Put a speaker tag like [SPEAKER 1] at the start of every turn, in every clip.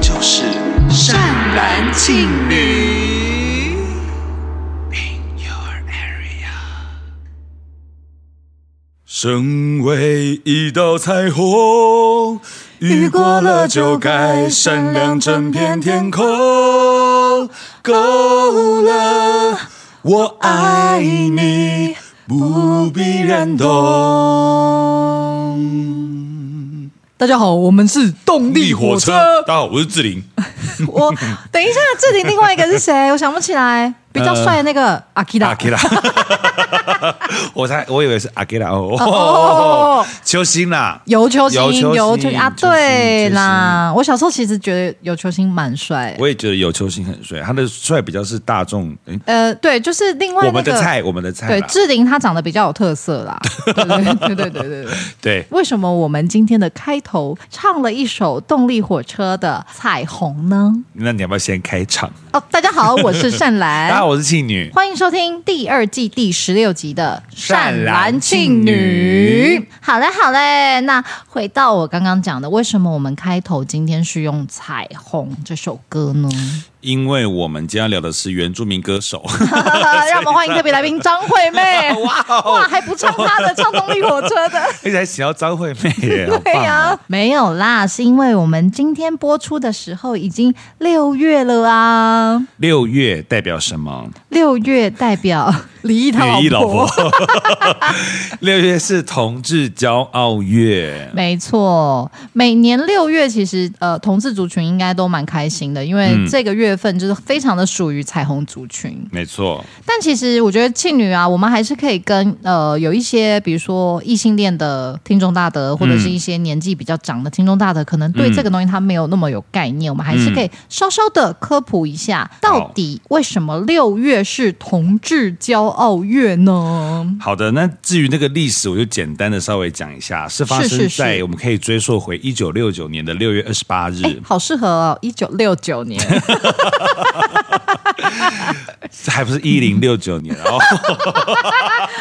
[SPEAKER 1] 就是善男信女。In your area，
[SPEAKER 2] 身为一道彩虹，雨过了就该闪亮整片天空。够了，我爱你，不必燃动。
[SPEAKER 3] 大家好，我们是动力火车。
[SPEAKER 2] 大家好，我是志玲。
[SPEAKER 3] 我
[SPEAKER 2] 哦
[SPEAKER 3] 等一下，志玲另外一个是 谁？我想不起来。比较帅的那个阿基达
[SPEAKER 2] 呃阿，基拉，我猜我以为是阿基拉
[SPEAKER 3] 哦
[SPEAKER 2] 哦，邱星啦，
[SPEAKER 3] 尤秋星，
[SPEAKER 2] 尤
[SPEAKER 3] 尤
[SPEAKER 2] 秋
[SPEAKER 3] 秋
[SPEAKER 2] 星
[SPEAKER 3] 星啊，对啦，我小时候其实觉得尤秋星蛮帅。
[SPEAKER 2] 我也觉得有邱星很帅，他的帅比较是大众，诶
[SPEAKER 3] 呃，对，就是另外
[SPEAKER 2] 我
[SPEAKER 3] 那
[SPEAKER 2] 们的
[SPEAKER 3] 个。
[SPEAKER 2] 菜，我们的菜
[SPEAKER 3] 对，
[SPEAKER 2] 啦，
[SPEAKER 3] 志玲她长得比较有特色啦。对对对对对对对。
[SPEAKER 2] 对，
[SPEAKER 3] 为什么我们今天的开头唱了一首动力火车的《彩虹》呢？
[SPEAKER 2] 那你要不要先开场？
[SPEAKER 3] 哦，大家好，我是善
[SPEAKER 2] 大
[SPEAKER 3] 兰，
[SPEAKER 2] 家好，我是庆女，
[SPEAKER 3] 欢迎收听第二季第十六集的《
[SPEAKER 2] 善男信
[SPEAKER 3] 信
[SPEAKER 2] 女》。
[SPEAKER 3] 好嘞，好嘞。那回到我刚刚讲的，为什么我们开头今天是用《彩虹》这首歌 呢？
[SPEAKER 2] 因为我们今天要聊的是原住民歌手，
[SPEAKER 3] 让我们欢迎特别来宾张惠 妹。 哇、
[SPEAKER 2] 哦
[SPEAKER 3] 哦还不唱她的，唱动力火车的。
[SPEAKER 2] 而且哎还想要张惠妹耶，好
[SPEAKER 3] 对
[SPEAKER 2] 棒
[SPEAKER 3] 呀、
[SPEAKER 2] 啊！
[SPEAKER 3] 没有啦，是因为我们今天播出的时候已经六月了啊，
[SPEAKER 2] 六月代表什么？
[SPEAKER 3] 六月代表离异他
[SPEAKER 2] 李毅老
[SPEAKER 3] 老
[SPEAKER 2] 婆。 六月是同志骄傲月，
[SPEAKER 3] 没错，每年六月其实呃，同志族群应该都蛮开心的，因为这个月份就是非常的属于彩虹族群。
[SPEAKER 2] 没错，
[SPEAKER 3] 但其实我觉得庆女啊，我们还是可以跟呃有一些，比如说异性恋的听众大德，或者是一些年纪比较长的听众大德，可能对这个东西他没有那么有概念，我们还是可以稍稍的科普一下，
[SPEAKER 2] 嗯
[SPEAKER 3] 到底为什么六月是同志骄傲月呢？
[SPEAKER 2] 好的，那至于那个历史，我就简单的稍微讲一下，是发
[SPEAKER 3] 是
[SPEAKER 2] 生
[SPEAKER 3] 是是
[SPEAKER 2] 在我们可以追溯回一九六九年的六月二十八日。
[SPEAKER 3] 好适合哦，一九六九 年。
[SPEAKER 2] 还不是一零六九年，然啊哦 后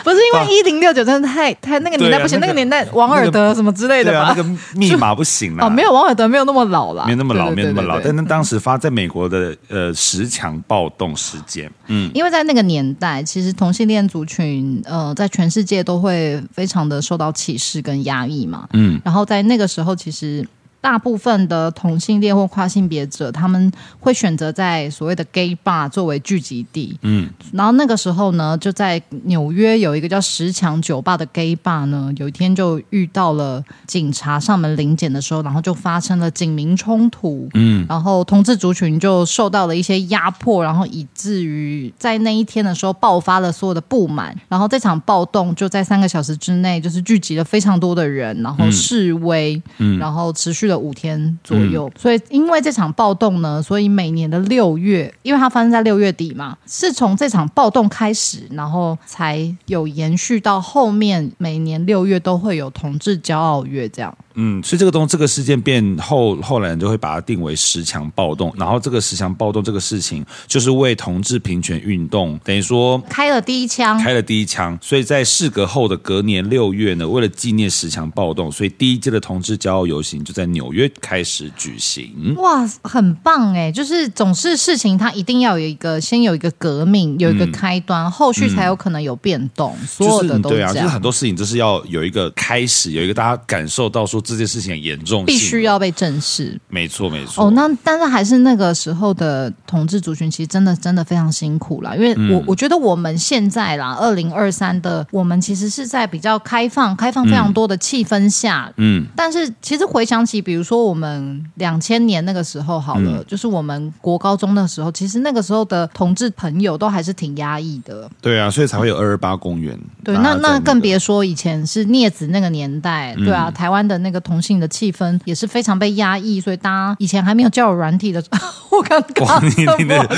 [SPEAKER 3] 不是因为一零六九真的太太那个年代不行，那
[SPEAKER 2] 对啊那个
[SPEAKER 3] 个年代王尔德什么之类
[SPEAKER 2] 对
[SPEAKER 3] 的
[SPEAKER 2] 啊，那
[SPEAKER 3] 吧？
[SPEAKER 2] 个密码不行啦，
[SPEAKER 3] 哦，没有王尔德没有那么老啦，
[SPEAKER 2] 没有那么老，
[SPEAKER 3] 对
[SPEAKER 2] 没有那么老。。
[SPEAKER 3] 对对
[SPEAKER 2] 但
[SPEAKER 3] 对
[SPEAKER 2] 是当时发在美国的呃十强暴动事件，嗯，
[SPEAKER 3] 因为在那个年代，其实同性恋族群，呃，在全世界都会非常的受到歧视跟压抑嘛。
[SPEAKER 2] 嗯
[SPEAKER 3] 嗯，然后在那个时候，其实大部分的同性恋或跨性别者，他们会选择在所谓的 gay bar 作为聚集地。
[SPEAKER 2] 嗯
[SPEAKER 3] 嗯，然后那个时候呢，就在纽约有一个叫十强酒吧的 gay bar 呢，有一天就遇到了警察上门临检的时候，然后就发生了警民冲突。嗯，然后同志族群就受到了一些压迫，然后以至于在那一天的时候爆发了所有的不满，然后这场暴动就在三个小时之内，就是聚集了非常多的人，然后示威，然后持续了五天左右。所以因为这场暴动呢，所以每年的六月，因为它发生在六月底嘛，是从这场暴动开始，然后才有延续到后面每年六月都会有同志骄傲月这样。
[SPEAKER 2] 嗯，所以这个东这个事件变后，后来人就会把它定为十强暴动。然后这个十强暴动这个事情，就是为同志平权运动等于说
[SPEAKER 3] 开了第一枪，
[SPEAKER 2] 开了第一枪。所以在事隔后的隔年六月呢，为了纪念十强暴动，所以第一届的同志骄傲游行就在纽约开始举行。
[SPEAKER 3] 哇，很棒哎！就是总是事情，它一定要有一个先有一个革命，有一个开端，后续才有可能有变动。所有
[SPEAKER 2] 嗯就是
[SPEAKER 3] 的
[SPEAKER 2] 嗯
[SPEAKER 3] 都
[SPEAKER 2] 对
[SPEAKER 3] 这
[SPEAKER 2] 啊，
[SPEAKER 3] 样，
[SPEAKER 2] 就是很多事情就是要有一个开始，有一个大家感受到说这件事情的严重性，
[SPEAKER 3] 必须。要被正视。
[SPEAKER 2] 没错，没错。
[SPEAKER 3] 哦，那但是还是那个时候的统治族群，其实真的真的非常辛苦啦。因为我、
[SPEAKER 2] 嗯
[SPEAKER 3] 我觉得我们现在啦，二零二三的我们其实是在比较开放、开放非常多的气氛下，
[SPEAKER 2] 嗯，
[SPEAKER 3] 但是其实回想起，比如说我们两千年那个时候好
[SPEAKER 2] 嗯
[SPEAKER 3] 了，就是我们国高中的时候，其实那个时候的同志朋友都还是挺压抑的。
[SPEAKER 2] 对啊，所以才会有二二八公园。
[SPEAKER 3] 对，
[SPEAKER 2] 大
[SPEAKER 3] 那
[SPEAKER 2] 家在嗯
[SPEAKER 3] 那更别说以前是镊子那个年代，对啊，台湾的那个同性的气氛也是非常被压抑，所以大家以前还没有交友软体的， 我刚
[SPEAKER 2] 哇，
[SPEAKER 3] 刚
[SPEAKER 2] 你
[SPEAKER 3] 怎
[SPEAKER 2] 你
[SPEAKER 3] 么
[SPEAKER 2] 的，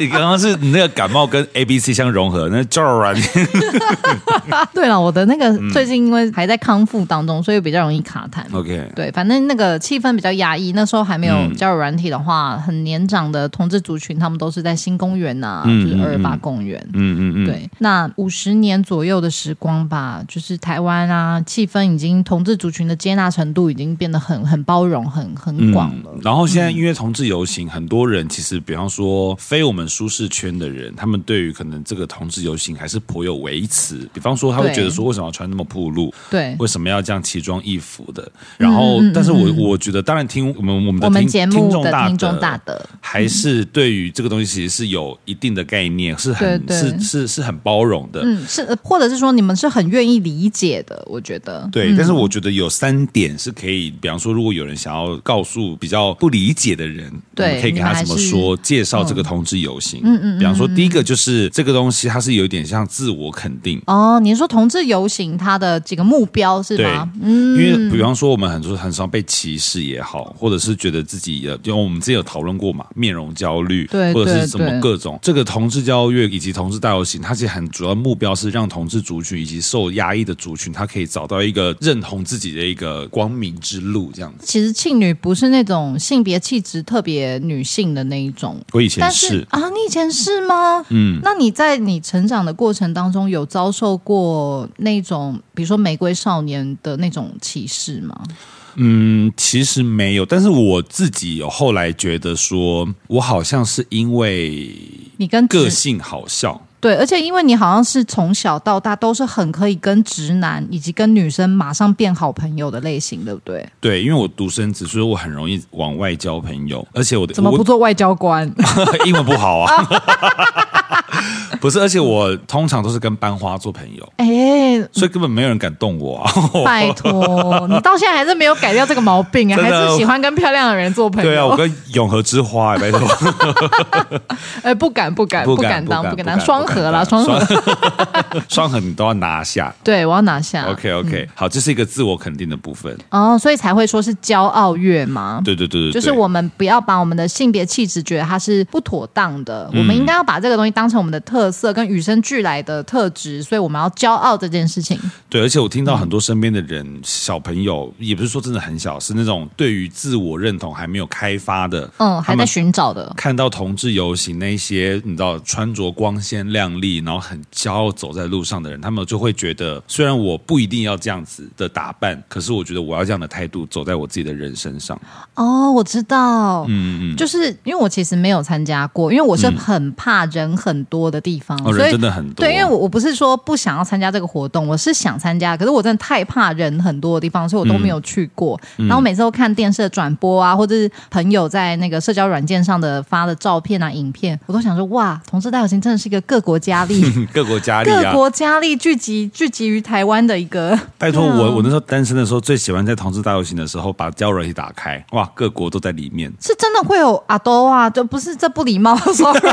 [SPEAKER 2] 你刚刚是你那个感冒跟 A B C 相融合，那叫软件。
[SPEAKER 3] 啊？ 对了，我的那个
[SPEAKER 2] 嗯
[SPEAKER 3] 最近因为还在康复当中，所以比较容易卡痰。
[SPEAKER 2] OK，嗯
[SPEAKER 3] 对，反正那个气氛比较压抑。那时候还没有交友软体的话，很年长的同志族群，他们都是在新公园呐、就是二二八公园。
[SPEAKER 2] 嗯嗯嗯嗯，
[SPEAKER 3] 对，那五十年左右的时光吧，就是台湾啊，气氛已经同志族群的接纳程度已经变得很很包容、很很广了。
[SPEAKER 2] 然后现在因为同志游行，很多人其实，比方说非我们舒适圈的人，他们对于可能这个同志游行还是颇有微词。比方说，他会
[SPEAKER 3] 对
[SPEAKER 2] 觉得说，为什么要穿那么暴露？
[SPEAKER 3] 对
[SPEAKER 2] 为什么要这样奇装异服的？然后，但是我我觉得，当然听我们我们的
[SPEAKER 3] 我们
[SPEAKER 2] 听
[SPEAKER 3] 节
[SPEAKER 2] 听
[SPEAKER 3] 目
[SPEAKER 2] 众
[SPEAKER 3] 的
[SPEAKER 2] 大
[SPEAKER 3] 听众
[SPEAKER 2] 德
[SPEAKER 3] 大的，
[SPEAKER 2] 还是对于这个东西其实是有一定的概念，是很
[SPEAKER 3] 对对
[SPEAKER 2] 是是是很包容的。
[SPEAKER 3] 嗯，是，呃或者是说你们是很愿意理解的，我觉得。
[SPEAKER 2] 对，但是我觉得有三点是可以，比方说，如果有人想要告诉比较不理解的人，
[SPEAKER 3] 对
[SPEAKER 2] 我们可以跟他怎么说，介绍这个同志游行。嗯嗯，比方说，第一个就是这个东西，它是有一点像自我肯定。
[SPEAKER 3] 哦，你是说同志游行它的几个目标是
[SPEAKER 2] 对
[SPEAKER 3] 吗？，嗯
[SPEAKER 2] 因为比方说我们很多很少被歧视也好，或者是觉得自己的，因为我们之前有讨论过嘛，面容焦虑，
[SPEAKER 3] 对
[SPEAKER 2] 或者
[SPEAKER 3] 对
[SPEAKER 2] 是什么
[SPEAKER 3] 对
[SPEAKER 2] 各种这个同志交月以及同志大游行，它其实很主要目标是让同志族群以及受压抑的族群，他可以找到一个认同自己的一个光明之路，这样子。
[SPEAKER 3] 其实庆女不是那种性别气质特别女性的那一种，
[SPEAKER 2] 我以前
[SPEAKER 3] 但是啊，你以前是吗？嗯，那你在你成长的过程当中有遭受过那种，比如说玫瑰少年的那种歧视吗？
[SPEAKER 2] 嗯，其实没有，但是我自己有后来觉得说，我好像是因为
[SPEAKER 3] 你跟直
[SPEAKER 2] 个性好笑。
[SPEAKER 3] 对，而且因为你好像是从小到大都是很可以跟直男以及跟女生马上变好朋友的类型，对不对？
[SPEAKER 2] 对，因为我独生子，所以我很容易往外交朋友，而且我的
[SPEAKER 3] 怎么
[SPEAKER 2] 我
[SPEAKER 3] 不做外交 官？
[SPEAKER 2] 英文不好啊。 不是，而且我通常都是跟班花做朋友，
[SPEAKER 3] 哎，
[SPEAKER 2] 所以根本没有人敢动我啊。
[SPEAKER 3] 拜托，你到现在还是没有改掉这个毛病啊，
[SPEAKER 2] 真
[SPEAKER 3] 还
[SPEAKER 2] 的
[SPEAKER 3] 是喜欢跟漂亮的人做朋友。
[SPEAKER 2] 对啊，我跟永和之花、欸拜托，
[SPEAKER 3] 哎，不敢，不敢，
[SPEAKER 2] 敢
[SPEAKER 3] 敢当，
[SPEAKER 2] 不
[SPEAKER 3] 敢当，双核啦，
[SPEAKER 2] 不敢
[SPEAKER 3] 双核。啊嗯
[SPEAKER 2] 双 双核你都要拿下。
[SPEAKER 3] 对，我要拿下。
[SPEAKER 2] OK OK，、好，这是一个自我肯定的部分。
[SPEAKER 3] 哦，所以才会说是骄傲月嘛。
[SPEAKER 2] 对对对对，
[SPEAKER 3] 就是
[SPEAKER 2] 对
[SPEAKER 3] 我们不要把我们的性别气质觉得它是不妥当的，
[SPEAKER 2] 嗯
[SPEAKER 3] 我们应该要把这个东西当成我们的特色跟与生俱来的特质，所以我们要骄傲这件事情。
[SPEAKER 2] 对，而且我听
[SPEAKER 3] 嗯
[SPEAKER 2] 到很多身边的人，小朋友也不是说真的很小，是那种对于自我认同还没有开发的，
[SPEAKER 3] 嗯，
[SPEAKER 2] 他
[SPEAKER 3] 还
[SPEAKER 2] 们
[SPEAKER 3] 在寻找的。
[SPEAKER 2] 看到同志游行那些你知道穿着光鲜亮丽，然后很骄傲走在路上的人，他们就会觉得，虽然我不一定要这样子的打扮，可是我觉得我要这样的态度走在我自己的人身上。
[SPEAKER 3] 哦，我知道，
[SPEAKER 2] 嗯嗯嗯，
[SPEAKER 3] 就是因为我其实没有参加过，因为我是很怕人很多的地方，
[SPEAKER 2] 哦，
[SPEAKER 3] 所
[SPEAKER 2] 人
[SPEAKER 3] 以
[SPEAKER 2] 真的很多。。
[SPEAKER 3] 对，因为我我不是说不想要参加这个活动，我是想参加，可是我真的太怕人很多的地方，所以我都没有去过。然后每次都看电视的转播啊，或者是朋友在那个社交软件上的发的照片啊、影片，我都想说，哇，同志大游行真的是一个各国佳丽
[SPEAKER 2] 嗯各国家里
[SPEAKER 3] 各
[SPEAKER 2] 啊，
[SPEAKER 3] 国佳丽聚集聚集于台湾的一个，嗯
[SPEAKER 2] 拜托我，我那时候单身的时候，最喜欢在同志大游行的时候把交友软体打开，哇，各国都在里面。
[SPEAKER 3] 是真的会有阿多啊，就不是这不 礼貌 ，sorry，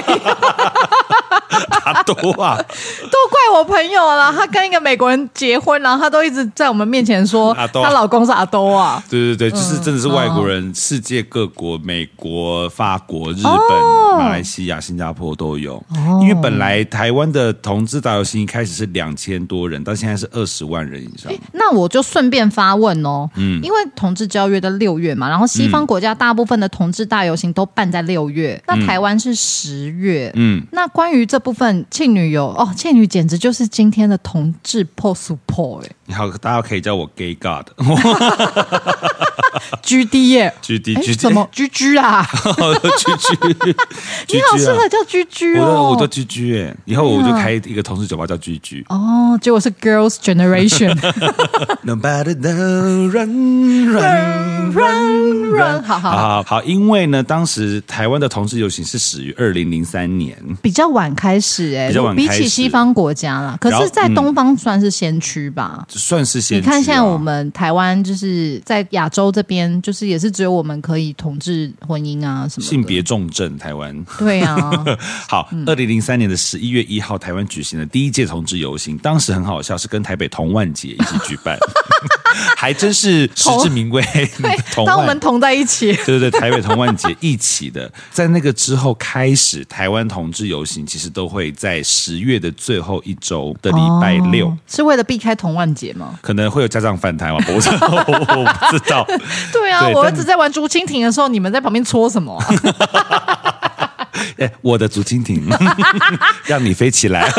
[SPEAKER 2] 啊，多啊，
[SPEAKER 3] 都怪我朋友啦。她跟一个美国人结婚，然后她都一直在我们面前说
[SPEAKER 2] 阿兜啊
[SPEAKER 3] 她老公是阿多啊，
[SPEAKER 2] 对对对，就是真的是外国人，世界各国，美国、法国、日本、马来西亚、新加坡都有。因为本来台湾的同志大游行一开始是两千多人，但现在是二十万人以上。
[SPEAKER 3] 那我就顺便发问哦，
[SPEAKER 2] 嗯
[SPEAKER 3] 因为同志交约在六月嘛，然后西方国家大部分的同志大游行都办在六月，那台湾是十月，
[SPEAKER 2] 嗯，
[SPEAKER 3] 那关于这部分庆女有哦，庆女简直就是今天的同志 pos po 哎、
[SPEAKER 2] 你好，大家可以叫我 Gay God
[SPEAKER 3] g D 耶、
[SPEAKER 2] G D
[SPEAKER 3] 哎
[SPEAKER 2] G D，
[SPEAKER 3] 怎么居居 啦？
[SPEAKER 2] G G？
[SPEAKER 3] 你好适合叫居居
[SPEAKER 2] 我都
[SPEAKER 3] 哦，
[SPEAKER 2] 啊我都 G G 哎，以后我就开一个同事酒吧叫 G G。
[SPEAKER 3] 哦，结果是 Girls Generation。
[SPEAKER 2] Nobody know run run run
[SPEAKER 3] run，好好
[SPEAKER 2] 好好，因为呢，当时台湾的同志游行是始于二零零三年，
[SPEAKER 3] 比较晚开始哎、
[SPEAKER 2] 比较晚
[SPEAKER 3] 比
[SPEAKER 2] 开始
[SPEAKER 3] 起西方国家啦，可
[SPEAKER 2] 然后
[SPEAKER 3] 是，在
[SPEAKER 2] 嗯
[SPEAKER 3] 东方算是先驱吧。
[SPEAKER 2] 算是先
[SPEAKER 3] 你
[SPEAKER 2] 驱啊、
[SPEAKER 3] 看现在我们台湾就是在亚洲这边，就是也是只有我们可以统治婚姻啊什么的
[SPEAKER 2] 性别重症，台湾。
[SPEAKER 3] 对啊，
[SPEAKER 2] 好，二零零三年的十一月一号，台湾举行了第一届同志游行，当时很好笑，是跟台北同万节一起举 办，还真是实至名归。 同
[SPEAKER 3] 当我
[SPEAKER 2] 万
[SPEAKER 3] 们。同在一起，
[SPEAKER 2] 对对对，台北同万节一起的，在那个之后开始，台湾同志游行其实都会在十月的最后一周的礼拜六，
[SPEAKER 3] 哦是为了避开同万节吗？
[SPEAKER 2] 可能会有家长反弹嘛，我不知道， 我不知 道。
[SPEAKER 3] 对啊，
[SPEAKER 2] 对
[SPEAKER 3] 我儿
[SPEAKER 2] 但
[SPEAKER 3] 子在玩竹蜻蜓的时候，你们在旁边搓什 么啊、
[SPEAKER 2] 哎，我的竹蜻蜓，让你飞起来。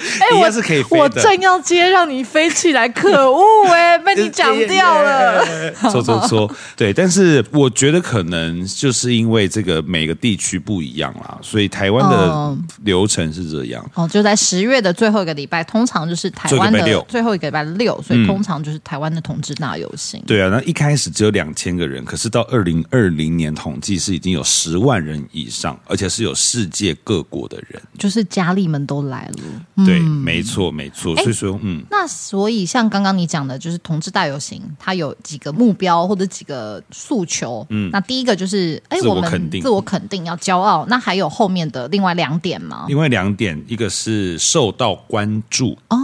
[SPEAKER 3] 哎，
[SPEAKER 2] 一
[SPEAKER 3] 我
[SPEAKER 2] 样是可以飞的
[SPEAKER 3] 我正要接让你飞起来，可恶哎、被 你讲掉了。
[SPEAKER 2] 搓搓搓，对，但是我觉得可能就是因为这个每个地区不一样啦，所以台湾的
[SPEAKER 3] 哦
[SPEAKER 2] 流程是这样。
[SPEAKER 3] 哦，就在十月的最后一个礼拜，通常就是台湾
[SPEAKER 2] 最后一个礼拜六嗯
[SPEAKER 3] 的最后一个礼拜六，所以通常就是台湾的同志大游行。
[SPEAKER 2] 对啊，那一开始只有两千个人，可是到二零二零年统计是已经有十万人以上，而且是有世界各国的人。
[SPEAKER 3] 就是佳丽们都来了。嗯
[SPEAKER 2] 对，没错，没错。
[SPEAKER 3] 哎
[SPEAKER 2] 所以说，嗯，
[SPEAKER 3] 那所以像刚刚你讲的，就是同志大游行，它有几个目标或者几个诉求。嗯，那第一个就是，哎，
[SPEAKER 2] 自我
[SPEAKER 3] 我们
[SPEAKER 2] 肯定
[SPEAKER 3] 自我肯定要骄傲。那还有后面的另外两点吗？
[SPEAKER 2] 另外两点，一个是受到关注，
[SPEAKER 3] 哦，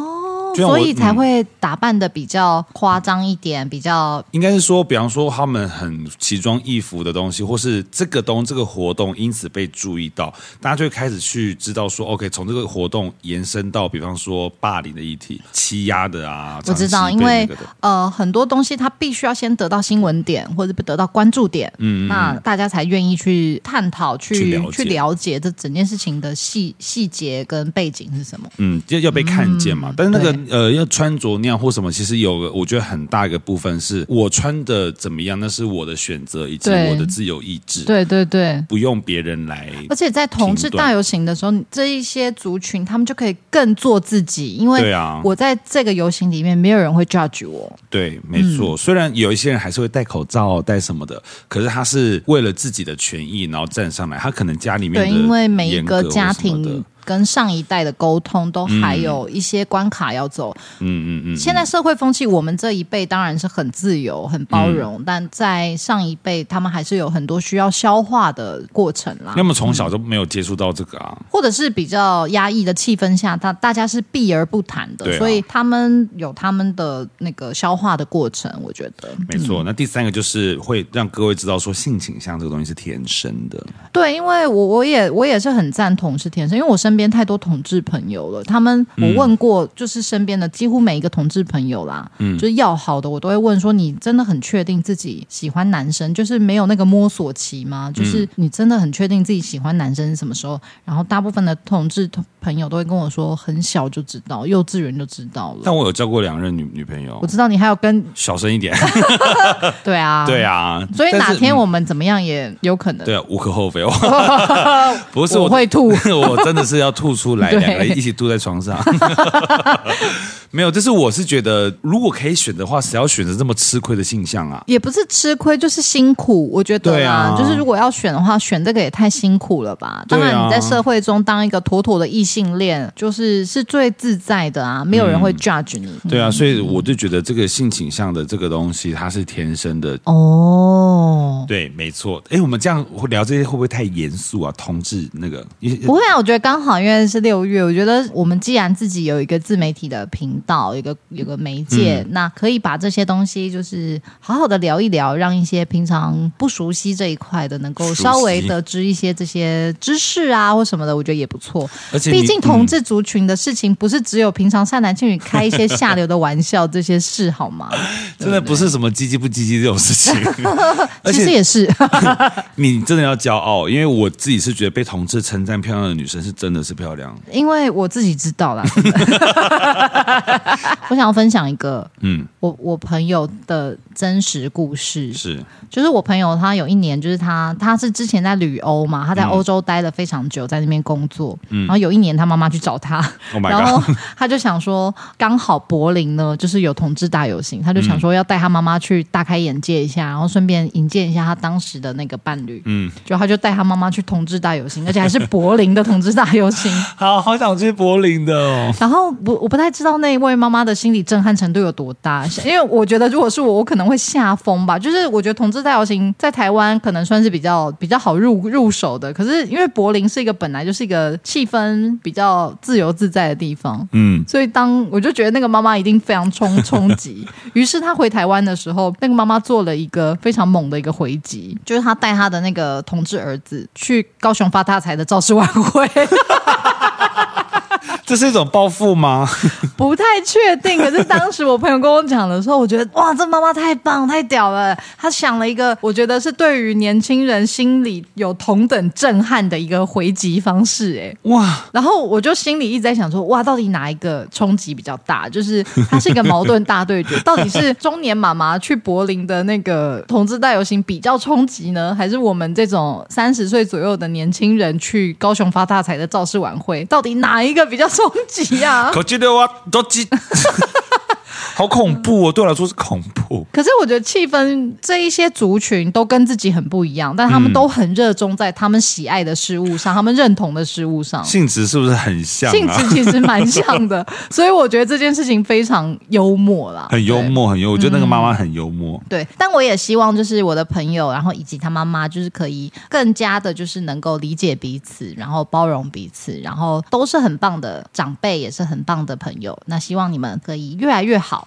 [SPEAKER 2] 就像我
[SPEAKER 3] 所
[SPEAKER 2] 嗯
[SPEAKER 3] 以才会打扮的比较夸张一点，比较
[SPEAKER 2] 应该是说，比方说他们很奇装异服的东西，或是这个东这个活动因此被注意到，大家就会开始去知道说，OK，从这个活动延伸到，比方说霸凌的议题、欺压的啊，
[SPEAKER 3] 我知
[SPEAKER 2] 长
[SPEAKER 3] 道，
[SPEAKER 2] 期
[SPEAKER 3] 因
[SPEAKER 2] 被那
[SPEAKER 3] 为
[SPEAKER 2] 个的
[SPEAKER 3] 呃，很多东西它必须要先得到新闻点或者得到关注点，嗯，那大家才愿意去探讨、
[SPEAKER 2] 去
[SPEAKER 3] 去
[SPEAKER 2] 了解
[SPEAKER 3] 解这整件事情的细细节跟背景是什么。
[SPEAKER 2] 嗯，要要被看见嘛。但是那个
[SPEAKER 3] 嗯对
[SPEAKER 2] 呃，要穿着那样或什么，其实有个我觉得很大一个部分是我穿的怎么样，那是我的选择以及
[SPEAKER 3] 对
[SPEAKER 2] 我的自由意志，
[SPEAKER 3] 对对对。
[SPEAKER 2] 不用别人来。
[SPEAKER 3] 而且在同志大游行的时候，这一些族群他们就可以更做自己，因
[SPEAKER 2] 对
[SPEAKER 3] 为
[SPEAKER 2] 啊
[SPEAKER 3] 我在这个游行里面，没有人会 judge 我。
[SPEAKER 2] 对，没错。
[SPEAKER 3] 嗯
[SPEAKER 2] 虽然有一些人还是会戴口罩、戴什么的，可是他是为了自己的权益，然后站上来。他可能家里面
[SPEAKER 3] 对，
[SPEAKER 2] 的
[SPEAKER 3] 因为每一个
[SPEAKER 2] 严格或
[SPEAKER 3] 家
[SPEAKER 2] 什么的
[SPEAKER 3] 庭跟上一代的沟通都还有一些关卡要走。
[SPEAKER 2] 嗯嗯嗯，
[SPEAKER 3] 现在社会风气，我们这一辈当然是很自由、很包
[SPEAKER 2] 嗯
[SPEAKER 3] 容，但在上一辈，他们还是有很多需要消化的过程啦
[SPEAKER 2] 要。么从小就没有接触到这个啊，
[SPEAKER 3] 或者是比较压抑的气氛下，大大家是避而不谈的，
[SPEAKER 2] 对啊
[SPEAKER 3] 所以他们有他们的那个消化的过程。我觉得，
[SPEAKER 2] 没错。那第三个就是会让各位知道说性倾向这个东西是天生的，
[SPEAKER 3] 对，因为我我也我也是很赞同是天生，因为我身边太多同志朋友了，他们我
[SPEAKER 2] 嗯
[SPEAKER 3] 问过，就是身边的几乎每一个同志朋友啦，
[SPEAKER 2] 嗯
[SPEAKER 3] 就是要好的我都会问说，你真的很确定自己喜欢男生，就是没有那个摸索期吗？
[SPEAKER 2] 嗯
[SPEAKER 3] 就是你真的很确定自己喜欢男生是什么时候？然后大部分的同志同朋友都会跟我说，很小就知道，幼稚园就知道了。
[SPEAKER 2] 但我有交过两任女女朋友
[SPEAKER 3] 我，知道你还有跟
[SPEAKER 2] 小声一 点，
[SPEAKER 3] 对啊，
[SPEAKER 2] 对。啊。
[SPEAKER 3] 所以
[SPEAKER 2] 但
[SPEAKER 3] 哪
[SPEAKER 2] 是
[SPEAKER 3] 天
[SPEAKER 2] 嗯
[SPEAKER 3] 我们怎么样也有可能，
[SPEAKER 2] 对 啊，无可厚非。不是
[SPEAKER 3] 我会吐
[SPEAKER 2] 我真的是要吐出来，
[SPEAKER 3] 对
[SPEAKER 2] 两个人一起吐在床上。 没有，就是我是觉得，如果可以选的话，谁要选择这么吃亏的性向啊？
[SPEAKER 3] 也不是吃亏，就是辛苦。我觉得
[SPEAKER 2] 对啊
[SPEAKER 3] 就是如果要选的话，选这个也太辛苦了吧。
[SPEAKER 2] 对
[SPEAKER 3] 当
[SPEAKER 2] 啊
[SPEAKER 3] 然，你在社会中当一个妥妥的异性恋，就是是最自在的啊，没有人会 judge 你。
[SPEAKER 2] 嗯对啊，所以我就觉得这个性倾向的这个东西，它是天生的。
[SPEAKER 3] 哦，
[SPEAKER 2] 对，没错。哎，我们这样聊这些会不会太严肃啊？同志那个，因为
[SPEAKER 3] 不会啊，我觉得刚好因为是六月，我觉得我们既然自己有一个自媒体的频道，有一个有个媒介，
[SPEAKER 2] 嗯
[SPEAKER 3] 那可以把这些东西就是好好的聊一聊，让一些平常不熟悉这一块的能
[SPEAKER 2] 熟
[SPEAKER 3] 够
[SPEAKER 2] 悉
[SPEAKER 3] 稍微得知一些这些知识啊或什么的，我觉得也不错。
[SPEAKER 2] 而且你嗯
[SPEAKER 3] 毕竟同志族群的事情，不是只有平常善男信女开一些下流的玩笑这些事好吗？
[SPEAKER 2] 真的不是什么鸡鸡不鸡鸡这种 事情，而
[SPEAKER 3] 其实
[SPEAKER 2] 且
[SPEAKER 3] 也是，
[SPEAKER 2] 你真的要骄傲，因为我自己是觉得被同志称赞漂亮的女生是真的是漂亮。
[SPEAKER 3] 因为我自己知道 啦。真的 我想要分享一个
[SPEAKER 2] 嗯，
[SPEAKER 3] 我我朋友的真实故事，
[SPEAKER 2] 是
[SPEAKER 3] 就是我朋友他有一年，就是他他是之前在旅欧嘛，他在欧洲待了非常久，在那边工作，然后有一年他妈妈去找他，
[SPEAKER 2] 嗯，Oh my
[SPEAKER 3] 然
[SPEAKER 2] god，
[SPEAKER 3] 后他就想说，刚好柏林呢，就是有同志大游行，他就
[SPEAKER 2] 嗯
[SPEAKER 3] 想说要带他妈妈去大开眼界一下，然后顺便引荐一下他当时的那个伴侣。嗯，就他就带他妈妈去同志大游行，而且还是柏林的同志大游行。
[SPEAKER 2] 好好想去柏林的哦。
[SPEAKER 3] 然后我我不太知道那一位妈妈的心理震撼程度有多大， 因为我觉得如果是我，我可能会吓疯吧。就是我觉得同志大游行在台湾可能算是比较比较好入入手的，可是因为柏林是一个本来就是一个气氛比较自由自在的地方，
[SPEAKER 2] 嗯，
[SPEAKER 3] 所以当我就觉得那个妈妈一定非常冲 冲击，于是她回台湾的时候，那个妈妈做了一个非常猛的一个回击，就是她带她的那个同志儿子去高雄发大财的造势晚会，
[SPEAKER 2] 这是一种报 复吗？
[SPEAKER 3] 不太确定。可是当时我朋友跟我讲的时候，我觉得哇，这妈妈太棒太屌了！她想了一个，我觉得是对于年轻人心里有同等震撼的一个回击方式。哎，
[SPEAKER 2] 哇，
[SPEAKER 3] 然后我就心里一直在想说，哇，到底哪一个冲击比较大？就是它是一个矛盾大对决，到底是中年妈妈去柏林的那个同志大游行比较冲击呢，还是我们这种三十岁左右的年轻人去高雄发大财的造势晚会？到底哪一个比较冲击啊呀、
[SPEAKER 2] 可记得哇，都记， 好恐怖哦！对我来说是恐怖。
[SPEAKER 3] 可是我觉得气氛这一些族群都跟自己很不一样，但他们都很热衷在他们喜爱的事物上，他们认同的事物上。
[SPEAKER 2] 性质是不是很像、啊？
[SPEAKER 3] 哦性质其实蛮像 的，所以我觉得这件事情非常幽默啦，
[SPEAKER 2] 很幽默，很幽默。我觉得那个妈妈很幽默。
[SPEAKER 3] 对。对，但我也希望就是我的朋友，然后以及他妈妈，就是可以更加的，就是能够理解彼此，然后包容彼此，然后都是很棒的长辈，也是很棒的朋友。那希望你们可以越来越好。嗯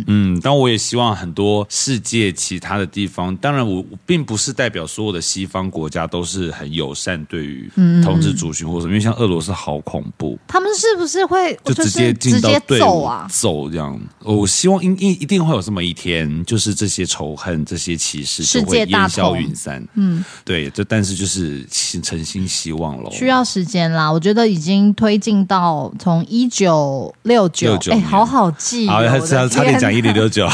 [SPEAKER 3] 嗯嗯，
[SPEAKER 2] 嗯，但我也希望很多世界其他的地方，当然我我并不是代表所有的西方国家都是很友善对于
[SPEAKER 3] 嗯
[SPEAKER 2] 同志族群或什么，因为像俄罗斯好恐怖，
[SPEAKER 3] 他们是不是会
[SPEAKER 2] 就直接
[SPEAKER 3] 是
[SPEAKER 2] 进
[SPEAKER 3] 哦直
[SPEAKER 2] 到
[SPEAKER 3] 接
[SPEAKER 2] 队
[SPEAKER 3] 揍
[SPEAKER 2] 伍
[SPEAKER 3] 啊？
[SPEAKER 2] 揍这样。我希望一一一定会有这么一天，就是这些仇恨、这些歧视
[SPEAKER 3] 世
[SPEAKER 2] 就
[SPEAKER 3] 界
[SPEAKER 2] 会
[SPEAKER 3] 大
[SPEAKER 2] 烟消
[SPEAKER 3] 同
[SPEAKER 2] 云散。嗯，对，这但是就是请诚心希望喽。
[SPEAKER 3] 需要时间啦，我觉得已经推进到从一九六九，
[SPEAKER 2] 69
[SPEAKER 3] 哎，
[SPEAKER 2] 年
[SPEAKER 3] 好好记、哦，
[SPEAKER 2] 好，
[SPEAKER 3] 我的
[SPEAKER 2] 差差
[SPEAKER 3] 天
[SPEAKER 2] 点讲一零六九，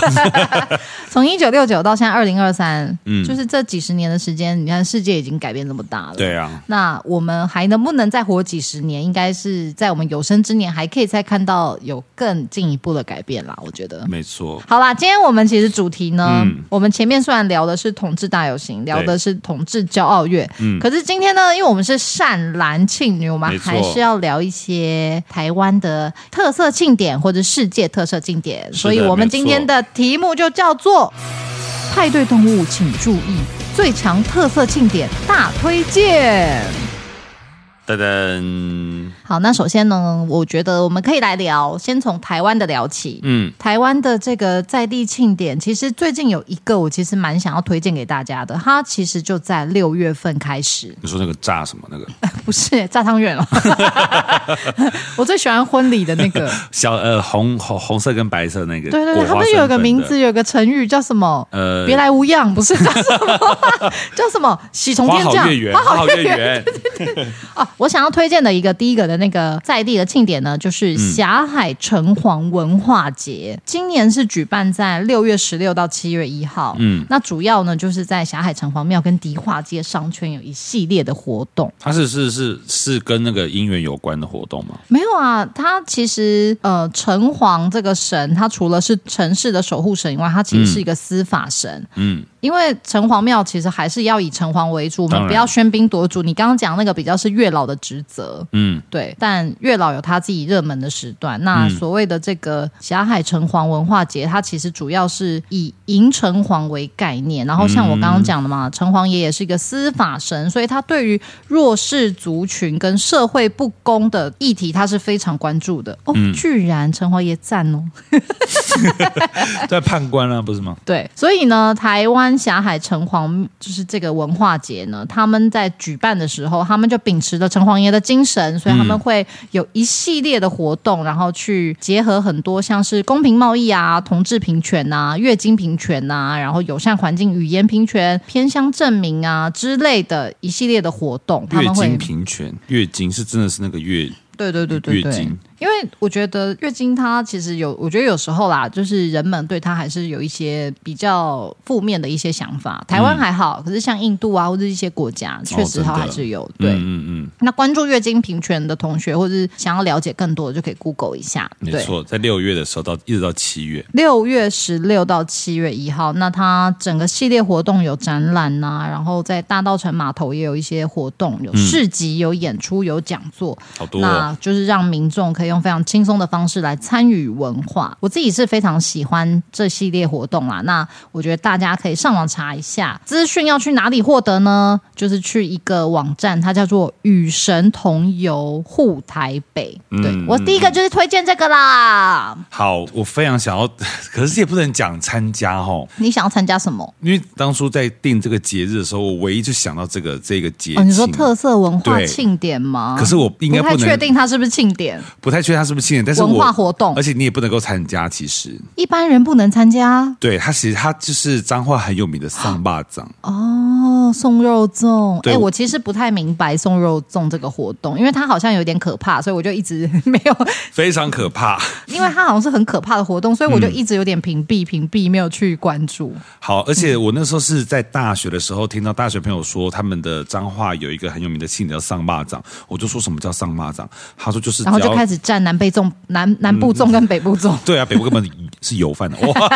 [SPEAKER 3] 从一九六九到现在二零二三，
[SPEAKER 2] 嗯
[SPEAKER 3] 就是这几十年的时间，你看世界已经改变这么大了。。
[SPEAKER 2] 对啊，
[SPEAKER 3] 那我们还能不能再活几十年？应该是在我们有生之年还可以再看到有更进一步的改变啦。我觉得，
[SPEAKER 2] 没错。
[SPEAKER 3] 好啦，今天我们其实主题呢，
[SPEAKER 2] 嗯
[SPEAKER 3] 我们前面虽然聊的是同志大游行，聊的是同志骄傲月，
[SPEAKER 2] 嗯
[SPEAKER 3] 可是今天呢，因为我们是善兰庆女，我们
[SPEAKER 2] 没错
[SPEAKER 3] 还是要聊一些台湾的特色庆典或者世界特色庆典，
[SPEAKER 2] 的
[SPEAKER 3] 所以我们
[SPEAKER 2] 没错
[SPEAKER 3] 今天的题目就叫做“派对动物请注意”。最强特色庆典大推荐。
[SPEAKER 2] 噔噔，
[SPEAKER 3] 好，那首先呢，我觉得我们可以来聊，先从台湾的聊起。
[SPEAKER 2] 嗯，
[SPEAKER 3] 台湾的这个在地庆典，其实最近有一个我其实蛮想要推荐给大家的，它其实就在六月份开始，
[SPEAKER 2] 你说那个炸什么那个
[SPEAKER 3] 不是炸汤圆了。哦 我最喜欢婚礼的那 个，
[SPEAKER 2] 小呃红红红色跟白色那个，
[SPEAKER 3] 对对对，
[SPEAKER 2] 果花
[SPEAKER 3] 他们
[SPEAKER 2] 生
[SPEAKER 3] 有个
[SPEAKER 2] 粉
[SPEAKER 3] 名
[SPEAKER 2] 的
[SPEAKER 3] 字，有个成语叫什么？
[SPEAKER 2] 呃
[SPEAKER 3] 别来无恙，不是叫什么？ 叫什么？喜从
[SPEAKER 2] 花
[SPEAKER 3] 天降
[SPEAKER 2] 好，月圆，
[SPEAKER 3] 花
[SPEAKER 2] 花
[SPEAKER 3] 好
[SPEAKER 2] 好
[SPEAKER 3] 月
[SPEAKER 2] 月
[SPEAKER 3] 圆。
[SPEAKER 2] 圆，
[SPEAKER 3] 哦，我想要推荐的一个第一个的那个在地的庆典呢，就是霞海城隍文化节，今年是举办在六月十六到七月一号。嗯
[SPEAKER 2] 嗯，
[SPEAKER 3] 那主要呢就是在霞海城隍庙跟迪化街商圈有一系列的活动。
[SPEAKER 2] 它是是是是跟那个姻缘有关的活动吗？
[SPEAKER 3] 没有啊，它其实呃，城隍这个神，它除了是城市的守护神以外，它其实是一个司法神。
[SPEAKER 2] 嗯，
[SPEAKER 3] 因为城隍庙其实还是要以城隍为主，我们
[SPEAKER 2] 当然
[SPEAKER 3] 不要喧宾夺主。你刚刚讲那个比较是月老的职责，
[SPEAKER 2] 嗯，
[SPEAKER 3] 对，但月老有他自己热门的时段。那所谓的这个霞海城隍文化节，它其实主要是以迎城隍为概念。然后像我刚刚讲的嘛，城隍爷也是一个司法神，所以他对于弱势族群跟社会不公的议题，他是非常关注的。哦，居然城隍爷赞哦，
[SPEAKER 2] 在判官啊，不是吗？
[SPEAKER 3] 对，所以呢，台湾霞海城隍就是这个文化节呢，他们在举办的时候，他们就秉持着城隍爷的精神，所以他们会有一系列的活动，然后去结合很多像是公平贸易啊、同志平权啊、月经平权啊，然后友善环境、语言平权、偏乡证明啊之类的一系列的活动，他
[SPEAKER 2] 月
[SPEAKER 3] 们会
[SPEAKER 2] 经平权，月经是真的是那个月，
[SPEAKER 3] 对对对对
[SPEAKER 2] 月
[SPEAKER 3] 对，
[SPEAKER 2] 经
[SPEAKER 3] 因为我觉得月经它其实有，我觉得有时候啦，就是人们对它还是有一些比较负面的一些想
[SPEAKER 2] 嗯
[SPEAKER 3] 法。台湾还好，可是像印度啊或者一些国家，确实
[SPEAKER 2] 真的
[SPEAKER 3] 它还是有、对。
[SPEAKER 2] 嗯嗯
[SPEAKER 3] 那关注月经平权的同学，或者是想要了解更多的，就可以 Google 一下。
[SPEAKER 2] 嗯，没
[SPEAKER 3] 对
[SPEAKER 2] 错，在六月的时候到一直到七月，
[SPEAKER 3] 六月十六到七月一号，那它整个系列活动有展览呐、然后在大道城码头也有一些活动，
[SPEAKER 2] 嗯
[SPEAKER 3] 有市集、有演出、有讲座，
[SPEAKER 2] 好多哦
[SPEAKER 3] 那就是让民众可以用非常轻松的方式来参与文化。我自己是非常喜欢这系列活动啦，那我觉得大家可以上网查一下，资讯要去哪里获得呢？就是去一个网站，它叫做“与神同游护台北”对
[SPEAKER 2] 嗯
[SPEAKER 3] 我第一个就是推荐这个啦。
[SPEAKER 2] 好，我非常想要， 可是也不能讲参加哦，
[SPEAKER 3] 你想要参加什么？
[SPEAKER 2] 因为当初在定这个节日的时候，我唯一就想到这个这个节庆。
[SPEAKER 3] 哦
[SPEAKER 2] 啊
[SPEAKER 3] 哦，你说特色文化
[SPEAKER 2] 对
[SPEAKER 3] 庆典吗？
[SPEAKER 2] 可是我应该
[SPEAKER 3] 不太
[SPEAKER 2] 不能
[SPEAKER 3] 确定它是不是庆典，
[SPEAKER 2] 不太确定他是不是青年，但是我
[SPEAKER 3] 文化活动
[SPEAKER 2] 而且你也不能够参加。其实，
[SPEAKER 3] 一般人不能参加啊
[SPEAKER 2] 对他其实他就是彰化很有名的上坝 掌，
[SPEAKER 3] 哦。送肉粽，哎、
[SPEAKER 2] 对
[SPEAKER 3] 我其实不太明白送肉粽这个活动，因为它好像有点可怕，所以我就一直没有，
[SPEAKER 2] 非常可怕。
[SPEAKER 3] 因为它好像是很可怕的活动，所以我就一直有点屏蔽屏蔽，没有去关注。
[SPEAKER 2] 好，而且我那时候是在大学的时候，听到大学朋友说他们的彰化有一个很有名的庆典叫上坝掌，我就说什么叫上坝掌，他说就是嗯
[SPEAKER 3] 然后
[SPEAKER 2] 只
[SPEAKER 3] 就
[SPEAKER 2] 要
[SPEAKER 3] 开始站南北粽、南南部粽跟北部粽。
[SPEAKER 2] 对啊，北部根本是油饭的。哇，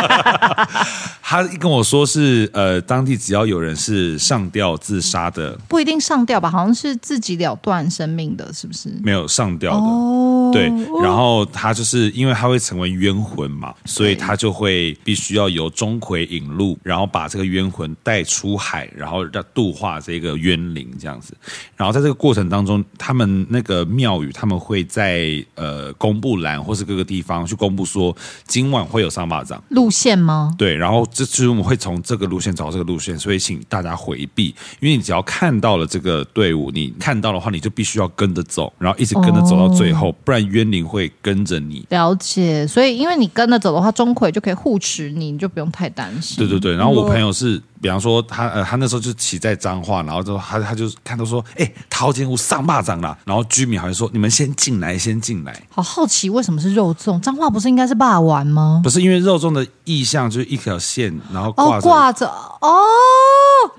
[SPEAKER 2] 他跟我说是呃，当地只要有人是上吊自杀的，
[SPEAKER 3] 不一定上吊吧，好像是自己了断生命的，是不是？
[SPEAKER 2] 没有上吊的。
[SPEAKER 3] 哦，
[SPEAKER 2] 对，然后他就是因为他会成为冤魂嘛，所以
[SPEAKER 3] 对
[SPEAKER 2] 他就会必须要由钟馗引路，然后把这个冤魂带出海，然后让度化这个冤灵这样子。然后在这个过程当中，他们那个庙宇他们会在呃公布栏或是各个地方去公布说今晚会有上巴掌。
[SPEAKER 3] 路线吗？
[SPEAKER 2] 对，然后这次我们会从这个路线找这个路线，所以请大家回避，因为你只要看到了这个队伍，你看到的话，你就必须要跟着走，然后一直跟着走到最
[SPEAKER 3] 哦
[SPEAKER 2] 后，不然冤灵会跟着你。
[SPEAKER 3] 了解，所以因为你跟着走的话，钟馗就可以护持你，你就不用太担心。
[SPEAKER 2] 对对对，然后
[SPEAKER 3] 嗯
[SPEAKER 2] 我朋友是，比方说他呃，他那时候就骑在彰化，然后就他他就看到说，哎、桃金屋上蚂蚱啦，然后居民好像说，你们先进来，先进来，
[SPEAKER 3] 好好奇为什么是肉粽？彰化不是应该是霸丸吗？
[SPEAKER 2] 不是因为肉粽的意象就是一条线，然后
[SPEAKER 3] 哦
[SPEAKER 2] 挂，着，
[SPEAKER 3] 挂着哦，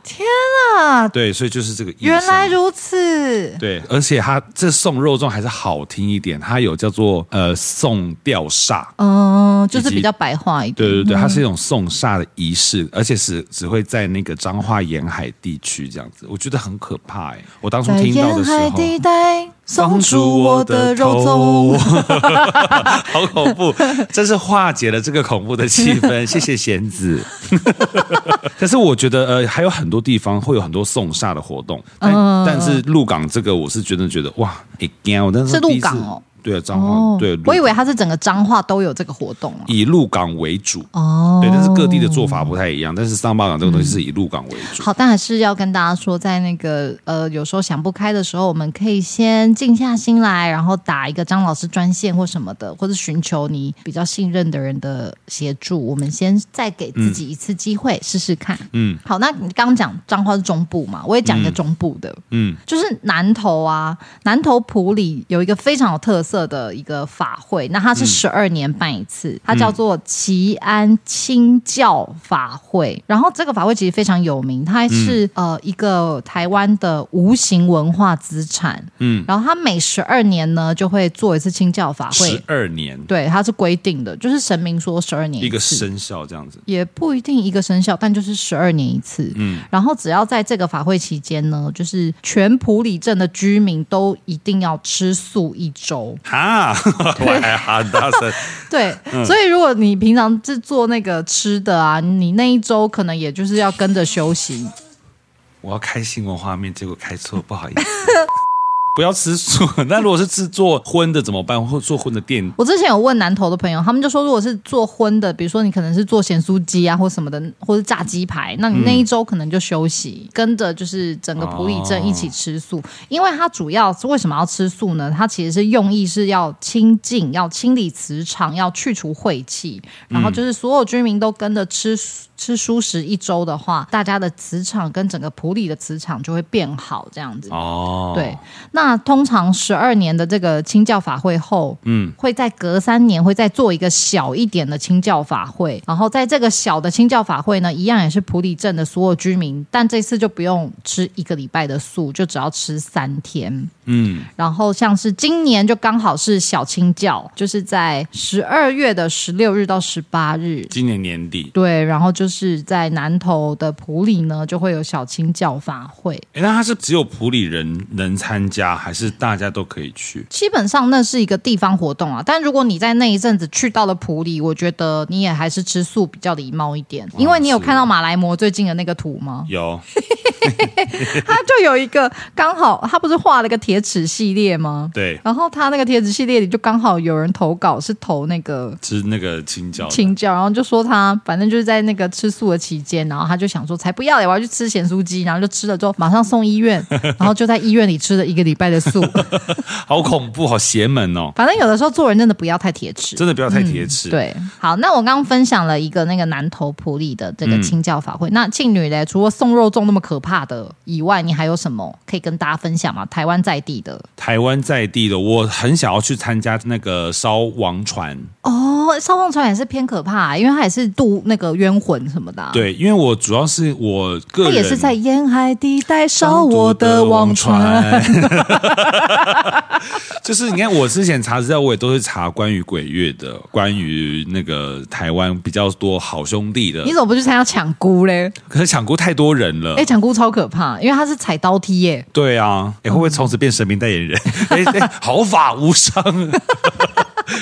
[SPEAKER 3] 天啊，
[SPEAKER 2] 对，所以就是这个意象。
[SPEAKER 3] 原来如此。
[SPEAKER 2] 对，而且它这送肉粽还是好听一点，它有叫做呃送吊煞。
[SPEAKER 3] 嗯，就是
[SPEAKER 2] 以及
[SPEAKER 3] 比较白话一点。
[SPEAKER 2] 对对对，它是一种送煞的仪式，而且是只会在那个彰化沿海地区这样子，我觉得很可怕哎、我当初
[SPEAKER 3] 在
[SPEAKER 2] 听到的
[SPEAKER 3] 沿
[SPEAKER 2] 时
[SPEAKER 3] 海
[SPEAKER 2] 候，
[SPEAKER 3] 地带送出我的肉
[SPEAKER 2] 头
[SPEAKER 3] 粽。，
[SPEAKER 2] 好恐怖，真是化解了这个恐怖的气 氛。谢谢贤子。但是我觉得呃，还有很多地方会有很多送煞的活动，但、
[SPEAKER 3] 嗯
[SPEAKER 2] 但是鹿港这个我是真的觉得哇，哎干，我但是
[SPEAKER 3] 是鹿
[SPEAKER 2] 第一次
[SPEAKER 3] 港哦，
[SPEAKER 2] 对啊，彰化、对，鹿
[SPEAKER 3] 我以为它是整个彰化都有这个活动啊。
[SPEAKER 2] 以鹿港为主。
[SPEAKER 3] 哦，
[SPEAKER 2] 对，但是各地的做法不太一样，但是上巴港这个东西是以鹿港为主。
[SPEAKER 3] 好，但还是要跟大家说，在那个呃，有时候想不开的时候，我们可以先静下心来，然后打一个张老师专线或什么的，或者寻求你比较信任的人的协助。我们先再给自己一次机会，试试看。
[SPEAKER 2] 嗯
[SPEAKER 3] 好，那你刚刚讲彰化是中部嘛，我也讲一个中部的，
[SPEAKER 2] 嗯，
[SPEAKER 3] 就是南投啊，南投埔里有一个非常有特色的一个法会，那它是
[SPEAKER 2] 嗯
[SPEAKER 3] 十二年办一次，它叫做齐安清教法会。然后这个法会其实非常有名，它是、
[SPEAKER 2] 嗯
[SPEAKER 3] 呃一个台湾的无形文化资产。嗯，然后它每十二年呢就会做一次清教法
[SPEAKER 2] 十
[SPEAKER 3] 会。
[SPEAKER 2] 二年
[SPEAKER 3] 对，它是规定的，就是神明说十二年
[SPEAKER 2] 一个
[SPEAKER 3] 次
[SPEAKER 2] 生肖这样子。
[SPEAKER 3] 也不一定一个生肖，但就是十二年一次。嗯，然后只要在这个法会期间呢，就是全普里镇的居民都一定要吃素一周。
[SPEAKER 2] 哈， 我还喊大声，
[SPEAKER 3] 对，所以如果你平常是做那个吃的啊，你那一周可能也就是要跟着休息。
[SPEAKER 2] 我要开新闻画面，结果开错，不好意思。 不要吃素。那如果是制作荤的怎么办？或做荤的店
[SPEAKER 3] 我之前有问南投的朋友，他们就说，如果是做荤的，比如说你可能是做咸酥鸡啊，或什么的，或是炸鸡排，那你那一周可能就休息，跟着就是整个普里镇一起吃素，因为它主要是为什么要吃素呢？它其实是用意是要清净，要清理磁场，要去除晦气，然后就是所有居民都跟着吃素吃素食一周的话，大家的磁场跟整个普里的磁场就会变好，这样子。
[SPEAKER 2] 哦，
[SPEAKER 3] 对，，那通常十二年的这个清教法会后，
[SPEAKER 2] 嗯
[SPEAKER 3] 嗯，会在隔三年会再做一个小一点的清教法会，然后在这个小的清教法会呢，一样也是普里镇的所有居民，但这次就不用吃一个礼拜的素，就只要吃三天。
[SPEAKER 2] 嗯，
[SPEAKER 3] 然后像是今年就刚好是小清教，就是在十二月的十六日到十八日，
[SPEAKER 2] 今年年底，
[SPEAKER 3] 对，然后就是在南投的普里呢，就会有小清教法会。
[SPEAKER 2] 诶那它是只有普里人能参加，还是大家都可以去？
[SPEAKER 3] 基本上那是一个地方活动啊，但如果你在那一阵子去到了普里，我觉得你也还是吃素比较礼貌一点，因为你有看到马来貘最近的那个图吗？
[SPEAKER 2] 有，
[SPEAKER 3] 他就有一个刚好，他不是画了个铁齿系列吗？
[SPEAKER 2] 对，
[SPEAKER 3] 然后他那个贴纸系列里就刚好有人投稿是投那个
[SPEAKER 2] 吃那个青椒的，
[SPEAKER 3] 青椒，然后就说他反正就是在那个吃素的期间，然后他就想说才不要嘞，我要去吃咸酥鸡，然后就吃了之后马上送医院，然后就在医院里吃了一个礼拜的素。
[SPEAKER 2] 好恐怖，好邪门哦！
[SPEAKER 3] 反正有的时候做人真的不要太铁齿，
[SPEAKER 2] 真的不要太铁
[SPEAKER 3] 嗯
[SPEAKER 2] 齿。
[SPEAKER 3] 对，好，那我刚刚分享了一个那个南投普里的这个清教法会，那庆女嘞，除了送肉粽那么可怕的以外，你还有什么可以跟大家分享吗？台湾在地的
[SPEAKER 2] 台湾在地的，我很想要去参加那个烧王船。
[SPEAKER 3] 哦，烧旺船也是偏可怕、啊因为它也是渡那个冤魂什么的、啊。，
[SPEAKER 2] 对，因为我主要是我个
[SPEAKER 3] 它
[SPEAKER 2] 人
[SPEAKER 3] 也是在沿海地带烧
[SPEAKER 2] 烧
[SPEAKER 3] 我的网船。，
[SPEAKER 2] 就是你看，我之前查资料，我也都是查关于鬼月的，关于那个台湾比较多好兄弟的
[SPEAKER 3] 你。怎么不去参加抢姑嘞？
[SPEAKER 2] 可是抢过太多人了，
[SPEAKER 3] 哎、抢姑超可怕，因为它是踩刀梯耶、
[SPEAKER 2] 对啊，哎、会不会从此变神明代 言人？哎、哎、毫发无伤。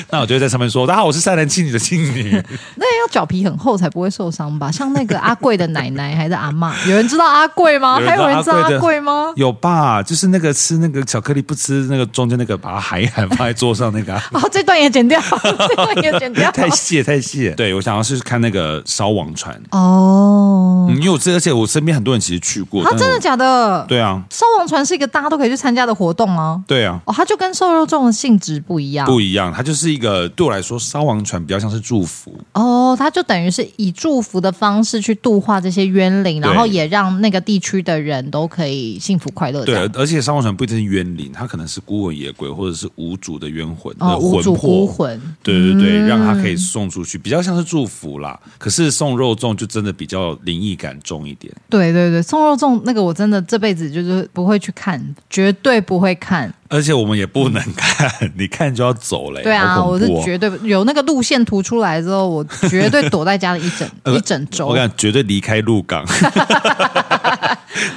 [SPEAKER 2] 那我就会在上面说：“大家好，我是善男信女的信女。
[SPEAKER 3] 那要脚皮很厚才不会受伤吧？像那个阿贵的奶奶还是阿嬷，有人知道阿贵吗？啊还有人知道阿
[SPEAKER 2] 啊的
[SPEAKER 3] 贵吗？
[SPEAKER 2] 有吧？就是那个吃那个巧克力不吃那个中间那个，把它喊一喊放在桌上那个啊、
[SPEAKER 3] 哦，这段也剪 掉，这段也 剪掉。
[SPEAKER 2] 太细了太细了。对我想要是看那个烧网船，
[SPEAKER 3] 哦，
[SPEAKER 2] 嗯因为我这而且我身边很多人其实去过，
[SPEAKER 3] 啊，
[SPEAKER 2] 但是
[SPEAKER 3] 真的
[SPEAKER 2] 我
[SPEAKER 3] 假的？，
[SPEAKER 2] 对啊，
[SPEAKER 3] 烧王船是一个大家都可以去参加的活动啊。
[SPEAKER 2] 对啊，
[SPEAKER 3] 哦，它就跟瘦肉粽的性质不一样。
[SPEAKER 2] 不一样，它就是一个对我来说，烧王船比较像是祝福，
[SPEAKER 3] 哦，它就等于是以祝福的方式去度化这些冤灵，
[SPEAKER 2] 对
[SPEAKER 3] 然后也让那个地区的人都可以幸福快乐这
[SPEAKER 2] 对
[SPEAKER 3] 样。，
[SPEAKER 2] 而且烧王船不一定是冤灵，它可能是孤魂野鬼或者是无主的冤魂
[SPEAKER 3] 哦，
[SPEAKER 2] 的
[SPEAKER 3] 无
[SPEAKER 2] 呃魂
[SPEAKER 3] 主孤
[SPEAKER 2] 魄。
[SPEAKER 3] 魂。嗯
[SPEAKER 2] 对对对，让它可以送出去，比较像是祝福啦。可是送肉粽就真的比较灵异感重一点。
[SPEAKER 3] 对对对，送肉粽那个我真的这辈子就是不会去看，绝对不会看。
[SPEAKER 2] 而且我们也不能看， 你看就要走嘞、
[SPEAKER 3] 对啊，
[SPEAKER 2] 好恐
[SPEAKER 3] 我是
[SPEAKER 2] 怖哦
[SPEAKER 3] 绝对不有那个路线图出来之后，我绝对躲在家里一 整、一整周
[SPEAKER 2] 呃我。跟你讲绝对离开鹿 港。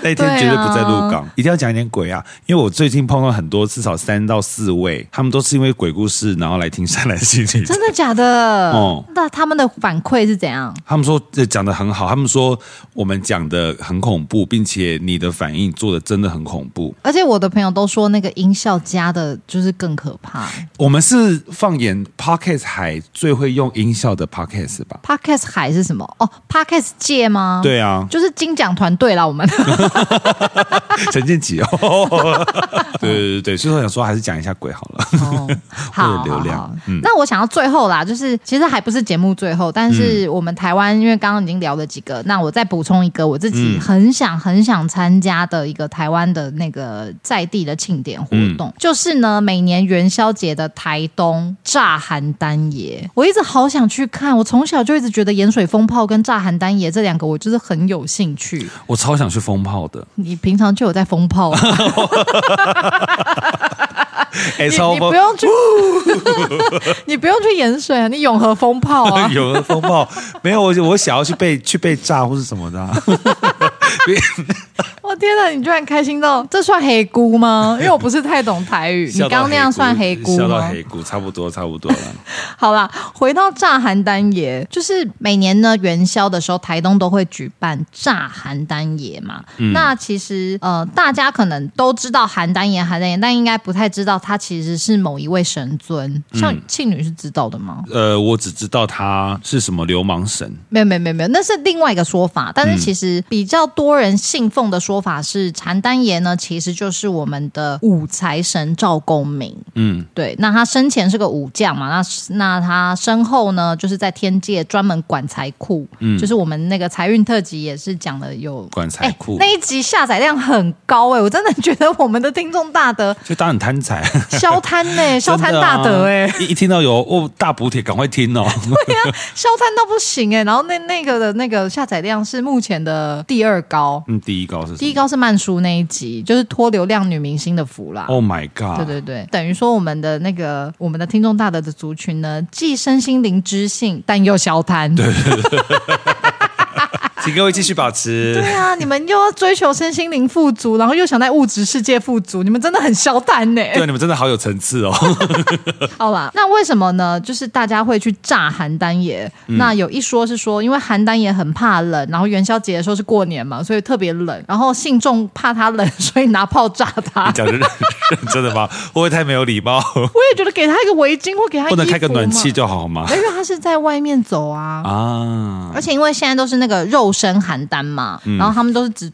[SPEAKER 2] 那一天绝对不在鹿港，一定要讲一点鬼啊！因为我最近碰到很多，至少三到四位，他们都是因为鬼故事然后来听善男信女。
[SPEAKER 3] 真的假的？
[SPEAKER 2] 哦
[SPEAKER 3] 那他们的反馈是怎样？
[SPEAKER 2] 他们说这讲的很好，他们说我们讲的很恐怖，并且你的反应做的真的很恐怖。
[SPEAKER 3] 而且我的朋友都说，那个音效加的就是更可怕。
[SPEAKER 2] 我们是放眼 podcast 海最会用音效的 podcast 吧？
[SPEAKER 3] Podcast 海是什么？哦，Podcast 界吗？，
[SPEAKER 2] 对啊，
[SPEAKER 3] 就是金奖团队啦，我们。
[SPEAKER 2] 陈 建奇哦，对对对对，所以我想说还是讲一下鬼好了。
[SPEAKER 3] 哦，好
[SPEAKER 2] 流
[SPEAKER 3] 好
[SPEAKER 2] 量嗯
[SPEAKER 3] 好。那我想要最后啦，就是其实还不是节目最后，但是我们台湾因为刚刚已经聊了几个，那我再补充一个我自
[SPEAKER 2] 嗯
[SPEAKER 3] 己很想很想参加的一个台湾的那个在地的庆典活动，
[SPEAKER 2] 嗯
[SPEAKER 3] 就是呢每年元宵节的台东炸邯郸爷，我一直好想去看，我从小就一直觉得盐水风炮跟炸邯郸爷这两个我就是很有兴趣。
[SPEAKER 2] 我超想去风炮的，
[SPEAKER 3] 你平常就有在风 炮、啊，
[SPEAKER 2] 哎、
[SPEAKER 3] 你
[SPEAKER 2] 超。
[SPEAKER 3] 你不用去， 你不用去盐水啊，你永和风炮啊
[SPEAKER 2] 有风暴没有？我我想要去被去被炸或是什么的、啊，
[SPEAKER 3] 我哦天哪，你居然开心到这算黑姑吗？因为我不是太懂台 语，你
[SPEAKER 2] 笑到
[SPEAKER 3] 刚刚那样算黑
[SPEAKER 2] 黑
[SPEAKER 3] 姑
[SPEAKER 2] 笑到
[SPEAKER 3] 吗？
[SPEAKER 2] 黑姑，差不多差不多了。
[SPEAKER 3] 好啦，回到炸邯郸爷，就是每年呢元宵的时候，台东都会举办炸邯郸爷嘛。
[SPEAKER 2] 嗯
[SPEAKER 3] 那其实呃，大家可能都知道邯郸爷，邯郸爷，但应该不太知道他其实是某一位神尊。像
[SPEAKER 2] 嗯
[SPEAKER 3] 庆女是知道的吗？
[SPEAKER 2] 呃，我只知道他是什么流氓神，
[SPEAKER 3] 没有没有没有没有，那是另外一个说法。但是
[SPEAKER 2] 嗯
[SPEAKER 3] 其实比较多人信奉的说法是，邯郸爷呢其实就是我们的武财神赵公明。
[SPEAKER 2] 嗯，
[SPEAKER 3] 对，那他生前是个武将嘛，那那他身后呢，就是在天界专门管财库，就是我们那个财运特辑也是讲了有
[SPEAKER 2] 嗯管财库
[SPEAKER 3] 哎那一集下载量很高哎、我真的觉得我们的听众大德
[SPEAKER 2] 就当然贪财，
[SPEAKER 3] 消贪呢、 消贪
[SPEAKER 2] 真的啊
[SPEAKER 3] 大德哎、啊
[SPEAKER 2] 一一听到有哦大补贴，赶快听哦。
[SPEAKER 3] 消贪到不行哎、然后那那个的那个下载量是目前的第二高，
[SPEAKER 2] 嗯，第一高是什
[SPEAKER 3] 第一
[SPEAKER 2] 么
[SPEAKER 3] 高是曼叔那一集，就是拖流量女明星的福啦。
[SPEAKER 2] ？Oh my god！
[SPEAKER 3] 对对对，等于说我们的那个我们的听众大德的族群呢，既身心灵知性，但又消贪。对
[SPEAKER 2] 请各位继续保持。
[SPEAKER 3] 对啊，你们又要追求身心灵富足，然后又想在物质世界富足，你们真的很消贪呢、
[SPEAKER 2] 对，你们真的好有层次哦。
[SPEAKER 3] 好啦，那为什么呢？就是大家会去炸邯郸爷。
[SPEAKER 2] 嗯
[SPEAKER 3] 那有一说是说，因为邯郸爷很怕冷，然后元宵节的时 候是过年嘛，所以特别冷，然后信众怕他冷，所以拿炮炸他。
[SPEAKER 2] 讲的真的吗？会不会太没有礼貌？
[SPEAKER 3] 我也觉得给他一个围巾或给他
[SPEAKER 2] 不能
[SPEAKER 3] 衣
[SPEAKER 2] 开个
[SPEAKER 3] 服
[SPEAKER 2] 暖
[SPEAKER 3] 嘛
[SPEAKER 2] 气就好吗？
[SPEAKER 3] 没有，因为他是在外面走啊。
[SPEAKER 2] 啊，
[SPEAKER 3] 而且因为现在都是那个肉身邯郸嘛，然后他们都是只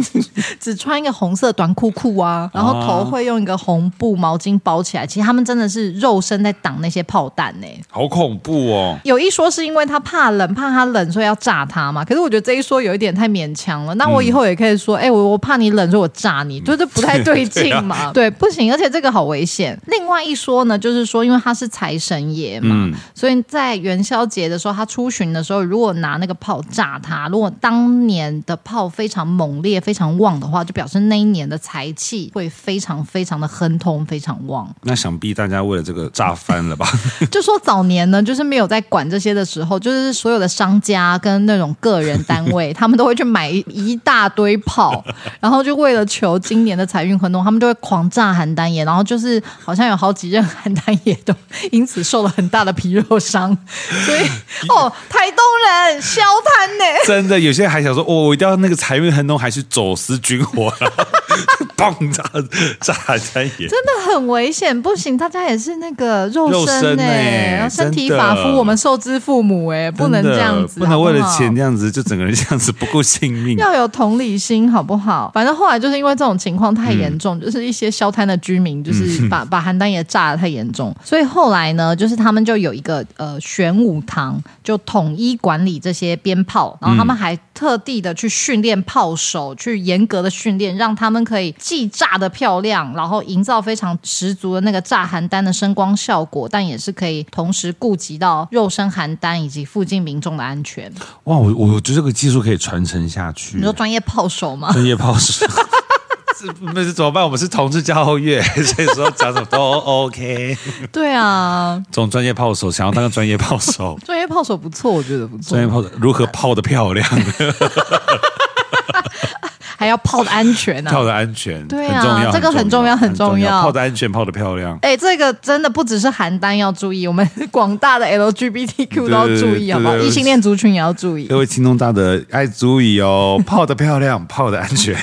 [SPEAKER 3] 只穿一个红色短裤裤啊，然后头会用一个红布毛巾包起来。其实他们真的是肉身在挡那些炮弹欸呢、
[SPEAKER 2] 好恐怖哦！
[SPEAKER 3] 有一说是因为他怕冷，怕他冷，所以要炸他嘛。可是我觉得这一说有一点太勉强了。那我以后也可以说，哎、我我怕你冷，所以我炸你，对，这不太对劲嘛。对，不行，而且这个好危险。另外一说呢，就是说，因为他是财神爷嘛，所以在元宵节的时候，他出巡的时候，如果拿那个炮炸他，如果当年的炮非常猛烈、非常旺的话，就表示那一年的财气会非常非常的亨通、非常旺。
[SPEAKER 2] 那想必大家为了这个炸翻了吧？
[SPEAKER 3] 就说早年呢，就是没有在管这些的时候，就是所有的商家跟那种个人单 位，他们都会去买一大堆炮，然后就为了求今年的财运亨通，他们就会狂炸邯郸爷，然后就是好像有好几任邯郸爷都因此受了很大的皮肉伤， 所以哦，台东人消摊呢、
[SPEAKER 2] 真的，有些人还想说，哦，我一定要那个财运亨通，还是走私军火， 然后棒炸炸邯郸爷。
[SPEAKER 3] 真的很危险，不行，大家也是那个肉
[SPEAKER 2] 肉
[SPEAKER 3] 身
[SPEAKER 2] 身
[SPEAKER 3] 呢、
[SPEAKER 2] 欸
[SPEAKER 3] 然后身体
[SPEAKER 2] 真的
[SPEAKER 3] 发肤，我们受之父母哎、不能
[SPEAKER 2] 真
[SPEAKER 3] 这
[SPEAKER 2] 的
[SPEAKER 3] 样子，
[SPEAKER 2] 不能为了
[SPEAKER 3] 好好
[SPEAKER 2] 钱这样子，就整个人这样子不顾性命。
[SPEAKER 3] 要有同理心，好不好？反正后来就是因为这种情况太严重，就是一些消摊的居民就是把、把邯郸爷炸得太严重，所以后来呢，就是他们就有一个呃玄武堂，就统一管理这些鞭炮，然后他们还特地的去训练炮手，去严格的训练，让他们可以既炸得漂亮，然后营造非常十足的那个炸邯郸的声光效果，但也是可以同时顾及到肉身邯郸以及附近民众的安全。
[SPEAKER 2] 哇，我我觉得这个技术可以传承下去
[SPEAKER 3] 你。 说专业炮手吗？
[SPEAKER 2] 专业炮手，是不是怎么办？我们是同志交乐， 所以说讲什么都 OK。
[SPEAKER 3] 对啊，，
[SPEAKER 2] 这种专业炮手想要当个专业炮手
[SPEAKER 3] 专业炮手 不错，我觉得不错
[SPEAKER 2] 专，业炮手如何炮的漂亮，
[SPEAKER 3] 还要炮的安全啊
[SPEAKER 2] 炮。的安全，
[SPEAKER 3] 对啊
[SPEAKER 2] 很重要，
[SPEAKER 3] 这个很重要
[SPEAKER 2] 很
[SPEAKER 3] 很重要
[SPEAKER 2] 炮的安全，炮的漂亮。
[SPEAKER 3] 哎、这个真的不只是邯郸要注意，我们广大的 LGBTQ 都要注意，
[SPEAKER 2] 对
[SPEAKER 3] 好不好？
[SPEAKER 2] 对对
[SPEAKER 3] 异性恋族群也要注意
[SPEAKER 2] 各。位听众大的爱足以 哦，炮的漂亮，炮的安全，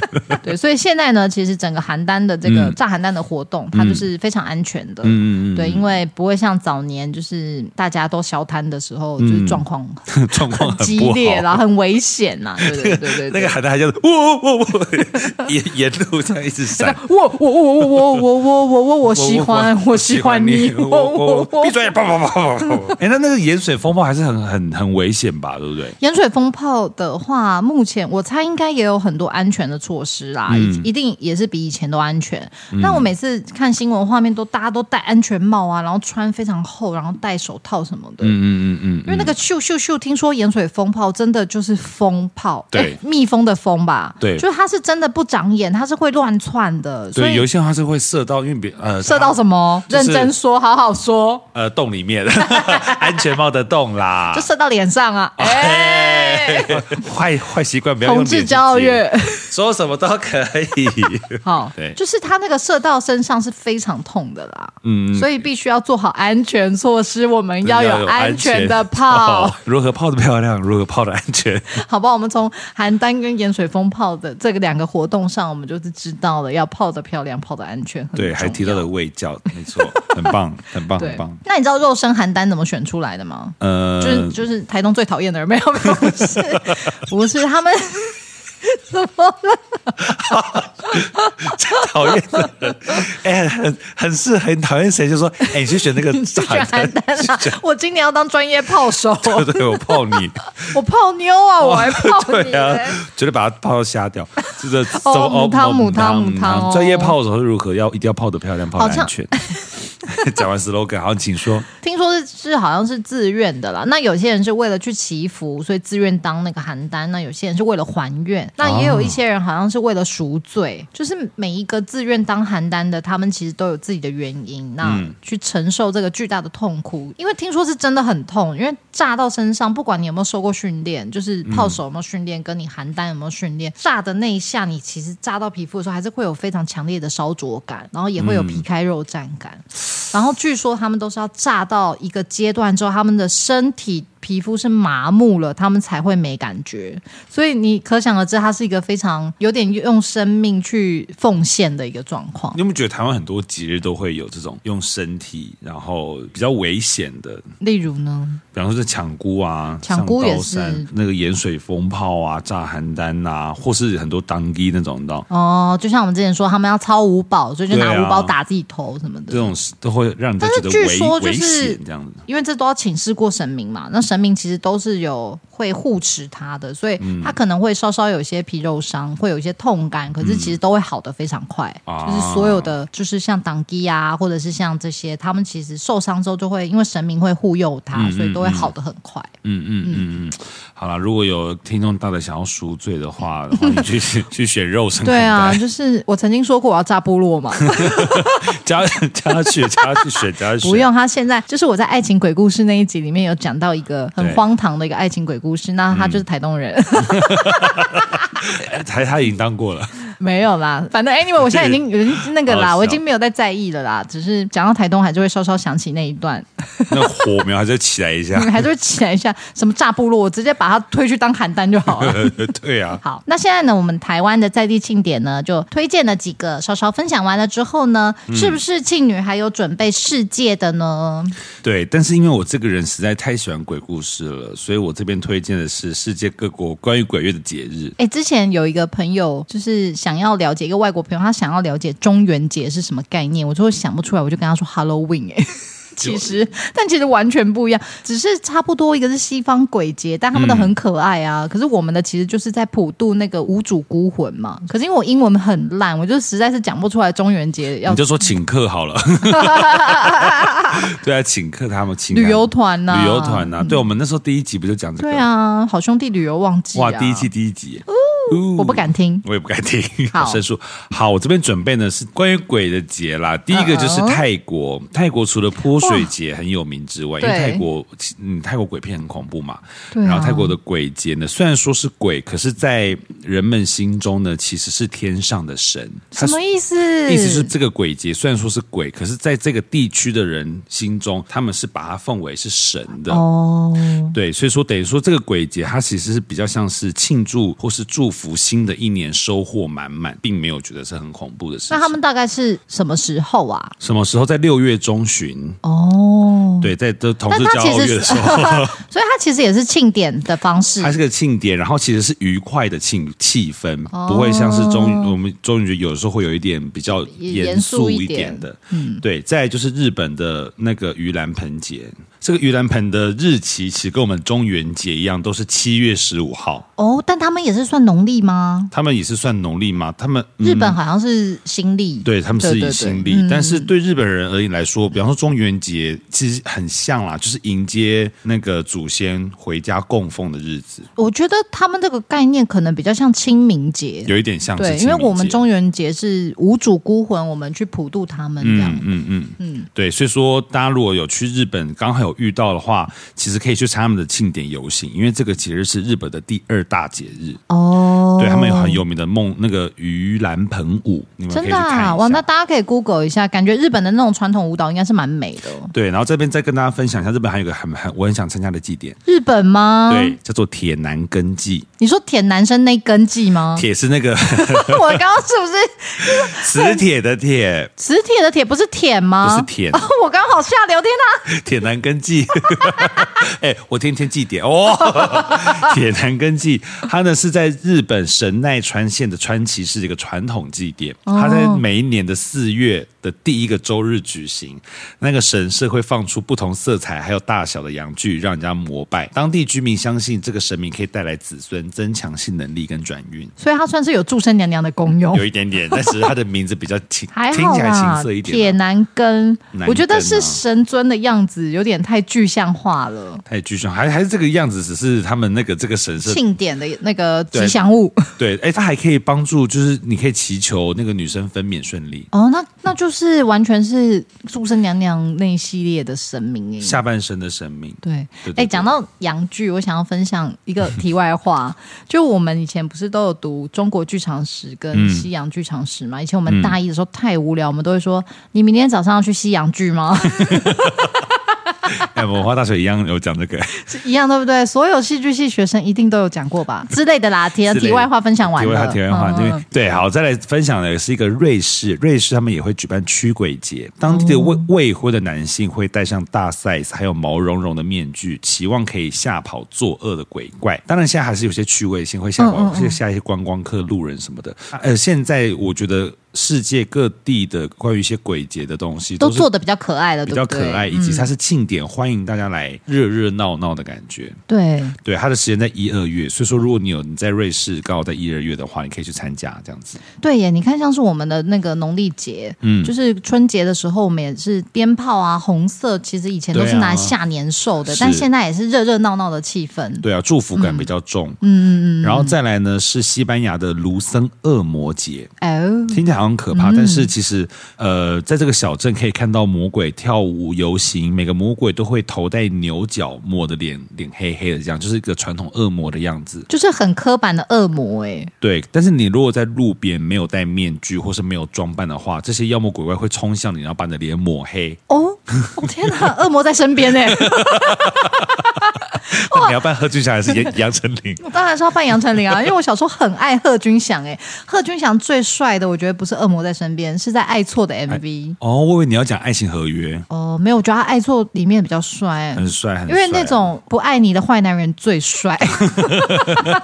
[SPEAKER 3] 对，所以现在呢，其实整个邯郸的这个炸邯郸的活动，它就是非常安全的。嗯嗯对，因为不会像早年就是大家都消摊的时候，就是状况
[SPEAKER 2] 状况很
[SPEAKER 3] 激
[SPEAKER 2] 不
[SPEAKER 3] 烈啦，
[SPEAKER 2] 好。
[SPEAKER 3] 很危险呐。对对对对对。
[SPEAKER 2] 那个喊的还叫做我我我， 沿沿路这样一直闪。
[SPEAKER 3] 我我我我我我我我 我我喜欢我喜欢你，
[SPEAKER 2] 我
[SPEAKER 3] 我
[SPEAKER 2] 我
[SPEAKER 3] 我
[SPEAKER 2] 我闭嘴！啪啪啪 啪啪！哎，那那个盐水风暴还是很很很危险吧？对不对？
[SPEAKER 3] 盐水风炮的话，目前我猜应该也有很多安全的措施啦，
[SPEAKER 2] 嗯
[SPEAKER 3] 一一定也是比以前都安全。那我每次看新闻画面都大家都戴安全帽啊，然后穿非常厚，然后戴手套什么的。
[SPEAKER 2] 嗯嗯嗯
[SPEAKER 3] 因为那个咻咻咻，听说盐水风炮真的就是风炮，
[SPEAKER 2] 对
[SPEAKER 3] 哎蜜蜂的蜂吧，
[SPEAKER 2] 对
[SPEAKER 3] 就是它是真的不长眼，它是会乱窜的，所
[SPEAKER 2] 对，有一
[SPEAKER 3] 以
[SPEAKER 2] 些人他是会射到，因为别呃
[SPEAKER 3] 射到什么？
[SPEAKER 2] 就是
[SPEAKER 3] 认真说，好好说。
[SPEAKER 2] 他呃洞里面， 安全帽的洞啦
[SPEAKER 3] 就。射到脸上啊！哎、
[SPEAKER 2] 坏坏习惯不要用
[SPEAKER 3] 同
[SPEAKER 2] 脸
[SPEAKER 3] 志
[SPEAKER 2] 去
[SPEAKER 3] 交
[SPEAKER 2] 接
[SPEAKER 3] 月，
[SPEAKER 2] 说什么都可以。
[SPEAKER 3] 好
[SPEAKER 2] 对，
[SPEAKER 3] 就是他那个射到身上是非常痛的啦，嗯，所以必须要做好安全措施，我们要有安全的炮
[SPEAKER 2] 哦，如何泡的漂亮，如何泡的安全。
[SPEAKER 3] 好吧？我们从邯郸跟盐水风炮的这个两个活动上，我们就是知道了要泡的漂亮，泡的安全，很
[SPEAKER 2] 对，还提到
[SPEAKER 3] 重
[SPEAKER 2] 了
[SPEAKER 3] 要
[SPEAKER 2] 味教，没错，很棒，很棒，很
[SPEAKER 3] 对
[SPEAKER 2] 棒。。
[SPEAKER 3] 那你知道肉身邯郸怎么选出来的吗？
[SPEAKER 2] 呃，
[SPEAKER 3] 就是就是台东最讨厌的人，没有没有，不是 不是他们 怎么了？
[SPEAKER 2] 讨厌的人，哎、很很是很讨厌谁，就说，哎、你去选那个
[SPEAKER 3] 去
[SPEAKER 2] 炸
[SPEAKER 3] 选邯
[SPEAKER 2] 弹，
[SPEAKER 3] 郸啊！我今年要当专业炮手，
[SPEAKER 2] 对对，我泡你，
[SPEAKER 3] 我泡妞啊，我 还 泡你欸
[SPEAKER 2] 对啊
[SPEAKER 3] 嘞。，
[SPEAKER 2] 绝对把它泡到瞎掉，这个怎
[SPEAKER 3] 哦母汤母汤母汤哦
[SPEAKER 2] 专业泡手是如何要一定要泡的漂亮，泡
[SPEAKER 3] 好
[SPEAKER 2] 的
[SPEAKER 3] 像
[SPEAKER 2] 安全。 讲完 slogan，好，请说，
[SPEAKER 3] 听说是是好像是自愿的啦。那有些人是为了去祈福，所以自愿当那个邯郸；那有些人是为了还愿，那也有一些人好像是为了赎罪。就是每一个自愿当邯郸的，他们其实都有自己的原因，那去承受这个巨大的痛苦。因为听说是真的很痛，因为炸到身上，不管你有没有受过训练，就是炮手有没有训练，跟你邯郸有没有训练，炸的那一下，你其实炸到皮肤的时候，还是会有非常强烈的烧灼感，然后也会有皮开肉绽感。然后据说他们都是要炸到一个阶段之后，他们的身体。皮肤是麻木了，他们才会没感觉。所以你可想而知，它是一个非常有点用生命去奉献的一个状况
[SPEAKER 2] 你。有没有觉得台湾很多节日都会有这种用身体，然后比较危险的，
[SPEAKER 3] 例如呢，
[SPEAKER 2] 比方说是抢孤啊、
[SPEAKER 3] 抢孤
[SPEAKER 2] 上
[SPEAKER 3] 也
[SPEAKER 2] 高
[SPEAKER 3] 是
[SPEAKER 2] 山那个盐水风炮啊、炸邯郸啊，或是很多当机那种，你知道
[SPEAKER 3] 哦，就像我们之前说，他们要抄五宝，所以就拿
[SPEAKER 2] 对啊
[SPEAKER 3] 五宝打自己头什么的。
[SPEAKER 2] 这种都会让人家
[SPEAKER 3] 但是
[SPEAKER 2] 觉得
[SPEAKER 3] 据
[SPEAKER 2] 危
[SPEAKER 3] 说就
[SPEAKER 2] 危
[SPEAKER 3] 是
[SPEAKER 2] 险这样子。
[SPEAKER 3] 因为这都要请示过神明嘛，那神明其实都是有会护持他的，所以
[SPEAKER 2] 嗯
[SPEAKER 3] 他可能会稍稍有一些皮肉伤，会有一些痛感，可是其实都会好的非常快。
[SPEAKER 2] 嗯啊
[SPEAKER 3] 就是所有的，就是像挡机啊，或者是像这些，他们其实受伤之后就会因为神明会护佑他，所以都会好的很快。
[SPEAKER 2] 嗯嗯嗯嗯，好了，如果有听众大的想要赎罪的话，欢迎去 去选肉身
[SPEAKER 3] 对啊，
[SPEAKER 2] 看待，
[SPEAKER 3] 就是我曾经说过我要炸部落嘛，
[SPEAKER 2] 加加去 加去选加去选，
[SPEAKER 3] 不用他现在就是我在爱情鬼故事那一集里面有讲到一个很
[SPEAKER 2] 对嗯
[SPEAKER 3] 荒唐的一个爱情鬼故事，那他就是台东人。
[SPEAKER 2] 哎，他他已经当过了，
[SPEAKER 3] 没有啦，反正 anyway，我现在已经已 经那个
[SPEAKER 2] 好
[SPEAKER 3] 啦，
[SPEAKER 2] 笑
[SPEAKER 3] 我已经没有再在意了啦。只是讲到台东，还是会稍稍想起那一 段，
[SPEAKER 2] 那火苗还是起来一下
[SPEAKER 3] 你。还是会起来一下什么炸部落，我直接把它推去当邯郸就好 了。
[SPEAKER 2] 对啊，
[SPEAKER 3] 好，那现在呢，我们台湾的在地庆典呢，就推荐了几个，稍稍分享完了之后呢，
[SPEAKER 2] 嗯
[SPEAKER 3] 是不是庆女还有准备世界的呢？
[SPEAKER 2] 对，但是因为我这个人实在太喜欢鬼故事了，所以我这边推荐的是世界各国关于鬼月的节日。
[SPEAKER 3] 哎，之前有一个朋友就是想要了解一个外国朋友，他想要了解中元节是什么概念，我就想不出来，我就跟他说 Halloween 哎、 其实，但其实完全不一样，只是差不多一个是西方鬼节，但他们的
[SPEAKER 2] 嗯
[SPEAKER 3] 很可爱啊。可是我们的其实就是在普渡那个无主孤魂嘛。可是因为我英文很烂，我就实在是讲不出来中元节要
[SPEAKER 2] 你就说请客好了， 对啊，请客他们请
[SPEAKER 3] 旅游团呐、
[SPEAKER 2] 旅游团啊呐、对我们那时候第一集不就讲这个？
[SPEAKER 3] 对啊，哦好兄弟旅游旺季、啊、
[SPEAKER 2] 哇，第一季第一集，
[SPEAKER 3] 我不敢听。
[SPEAKER 2] 我也不敢听，
[SPEAKER 3] 好
[SPEAKER 2] 好申诉。好，我这边准备呢是关于鬼的节啦。第一个
[SPEAKER 3] 啊
[SPEAKER 2] 就是泰国，泰国除了泼水节很有名之外，因为
[SPEAKER 3] 对
[SPEAKER 2] 泰国嗯泰国鬼片很恐怖嘛，
[SPEAKER 3] 对啊
[SPEAKER 2] 然后泰国的鬼节呢，虽然说是鬼，可是在人们心中呢其实是天上的神，它
[SPEAKER 3] 什么意思？
[SPEAKER 2] 意思是这个鬼节虽然说是鬼，可是在这个地区的人心中，他们是把它奉为是神的。
[SPEAKER 3] 哦，
[SPEAKER 2] 对，所以说等于说这个鬼节，它其实是比较像是庆祝或是祝福新的一年收获满满，并没有觉得是很恐怖的事情。
[SPEAKER 3] 那他们大概是什么时候啊？
[SPEAKER 2] 什么时候在六月中旬？
[SPEAKER 3] 哦，
[SPEAKER 2] 对，在这同
[SPEAKER 3] 但
[SPEAKER 2] 志
[SPEAKER 3] 它
[SPEAKER 2] 骄
[SPEAKER 3] 其
[SPEAKER 2] 傲月
[SPEAKER 3] 实
[SPEAKER 2] 的
[SPEAKER 3] 是，
[SPEAKER 2] 时候。
[SPEAKER 3] 所以它其实也是庆典的方式
[SPEAKER 2] 它。是个庆典，然后其实是愉快的庆气氛，不会像是中我们中元节有时候会有一点比较严肃一点的，嗯，对。再来就是日本的那个盂兰盆节，这个盂兰盆的日期其实跟我们中元节一样，都是七月十五号，
[SPEAKER 3] 哦，但他们也是算农历吗？
[SPEAKER 2] 他们也是算农历吗？他们、嗯
[SPEAKER 3] 日本好像是新历，
[SPEAKER 2] 对，他们
[SPEAKER 3] 对嗯
[SPEAKER 2] 是
[SPEAKER 3] 对
[SPEAKER 2] 以
[SPEAKER 3] 对
[SPEAKER 2] 心力，但是对日本人而言来说，比方说中元节其实很像啦，就是迎接那个祖先回家供奉的日子，
[SPEAKER 3] 我觉得他们这个概念可能比较像清明节，
[SPEAKER 2] 有一点像是
[SPEAKER 3] 对，因
[SPEAKER 2] 清
[SPEAKER 3] 为
[SPEAKER 2] 明
[SPEAKER 3] 我们
[SPEAKER 2] 节
[SPEAKER 3] 中元节是无主孤魂，我们去普渡他们这样。
[SPEAKER 2] 嗯嗯嗯，对，所以说大家如果有去日本，刚好有遇到的话，其实可以去参加他们的庆典游行，因为这个节日是日本的第二大节日，
[SPEAKER 3] 哦，
[SPEAKER 2] 对他们有很有名的梦那个盂兰盆舞，你们可
[SPEAKER 3] 真
[SPEAKER 2] 以去
[SPEAKER 3] 的、
[SPEAKER 2] 看一
[SPEAKER 3] 啊、
[SPEAKER 2] 下。
[SPEAKER 3] 哇，那大家可以 Google 一下，感觉日本的那种传统舞蹈应该是蛮美的哦。
[SPEAKER 2] 对，然后这边再跟大家分享一下，日本还有一个很很我很想参加的祭典，
[SPEAKER 3] 日本吗？
[SPEAKER 2] 对，，叫做铁男根祭，
[SPEAKER 3] 你说舔男生那根记吗？
[SPEAKER 2] 铁是那个
[SPEAKER 3] 我刚刚是不是
[SPEAKER 2] 磁铁的铁，
[SPEAKER 3] 磁铁的铁不是舔
[SPEAKER 2] 不
[SPEAKER 3] 吗？
[SPEAKER 2] 是舔
[SPEAKER 3] 哦，我刚好下流，天啊哪！
[SPEAKER 2] 铁男根记， 哎、我天天祭奠哦。 铁男根祭，它呢是在日本神奈川县的川崎市的一个传统祭典，它在每一年的四月的第一个周日举行。那个神社会放出不同色彩还有大小的洋具，让人家膜拜。当地居民相信这个神明可以带来子孙，增强性能力跟转运。
[SPEAKER 3] 所以它算是有祝生娘娘的功用
[SPEAKER 2] 有。一点点，但是它的名字比较清，
[SPEAKER 3] 哦还
[SPEAKER 2] 听
[SPEAKER 3] 好
[SPEAKER 2] 起来
[SPEAKER 3] 啦
[SPEAKER 2] 青涩一，点啊。
[SPEAKER 3] 铁男根，
[SPEAKER 2] 男根
[SPEAKER 3] 我觉得
[SPEAKER 2] 啊
[SPEAKER 3] 是神尊的样子，有点太具象化了。
[SPEAKER 2] 太具象，还还是这个样子，只是他们那个这个神社
[SPEAKER 3] 庆典的那个
[SPEAKER 2] 对
[SPEAKER 3] 吉祥物
[SPEAKER 2] 对，哎，它还可以帮助，就是你可以祈求那个女生分娩顺利，
[SPEAKER 3] 哦，那那就是完全是祝生娘娘那一系列的神明耶。
[SPEAKER 2] 下半身的生命。
[SPEAKER 3] 对
[SPEAKER 2] 对，对
[SPEAKER 3] 哎，讲到洋剧，我想要分享一个题外 话，就我们以前不是都有读中国剧场史
[SPEAKER 2] 嗯
[SPEAKER 3] 跟西洋剧场史嘛？以前我们 大一的时候太无聊，我们都会说：“你明天早上要去西洋剧吗？”
[SPEAKER 2] 哎，文化大学一样有讲这个，
[SPEAKER 3] 一样对不对？所有戏剧系学生一定都有讲过 吧之类的啦。题题外话分享完
[SPEAKER 2] 题外
[SPEAKER 3] 了，
[SPEAKER 2] 话，题外话，
[SPEAKER 3] 嗯
[SPEAKER 2] 因为对，好，再来分享的是一个瑞士，瑞士他们也会举办驱鬼节，当地
[SPEAKER 3] 哦
[SPEAKER 2] 的未未婚的男性会戴上大 size 还有毛茸茸的面具，期望可以吓跑作恶的鬼怪。当然，现在还是有些趣味性，会吓
[SPEAKER 3] 嗯
[SPEAKER 2] 跑，会吓一些观光客、路人什么的。呃，现在我觉得世界各地的关于一些鬼节的东西
[SPEAKER 3] 都
[SPEAKER 2] 是
[SPEAKER 3] 做的比较可爱了，
[SPEAKER 2] 比较
[SPEAKER 3] 对不对嗯
[SPEAKER 2] 可爱，以及它是庆典，欢迎大家来热热闹闹的感觉。
[SPEAKER 3] 对。
[SPEAKER 2] 对，它的时间在一二月，所以说如果你有你在瑞士刚好在一二月的话，你可以去参加这样子。
[SPEAKER 3] 对耶，你看像是我们的那个农历节，
[SPEAKER 2] 嗯
[SPEAKER 3] 就是春节的时候，我们也是鞭炮啊、红色，其实以前都是
[SPEAKER 2] 对啊
[SPEAKER 3] 拿来吓年兽的，
[SPEAKER 2] 是
[SPEAKER 3] 但现在也是热热闹闹的气氛。
[SPEAKER 2] 对啊，祝福感比较重。嗯嗯嗯。然后再来呢是西班牙的卢森恶魔节，
[SPEAKER 3] 哦，
[SPEAKER 2] 听起来好像可怕，但是其实呃，在这个小镇可以看到魔鬼跳舞游行，每个魔鬼都会头戴牛角，抹的脸脸黑黑的，这样就是一个传统恶魔的样子。
[SPEAKER 3] 就是很刻板的恶魔哎，
[SPEAKER 2] 对，但是你如果在路边没有戴面具或是没有装扮的话，这些妖魔鬼怪会冲向你，然后把你的脸抹 黑。
[SPEAKER 3] 哦， 哦天哪，恶魔在身边哎，
[SPEAKER 2] 那你要扮贺军翔还是杨杨丞琳？
[SPEAKER 3] 我当然是要扮杨丞琳啊，因为我小时候很爱贺军翔哎，贺军翔最帅的，我觉得不是恶魔在身边，是在爱错的 MV。
[SPEAKER 2] 哦，我以为你要讲《爱情合约》，
[SPEAKER 3] 哦，没有，我觉得他爱错里面比较帅，
[SPEAKER 2] 很帅，很帅啊
[SPEAKER 3] 因为那种不爱你的坏男人最帅。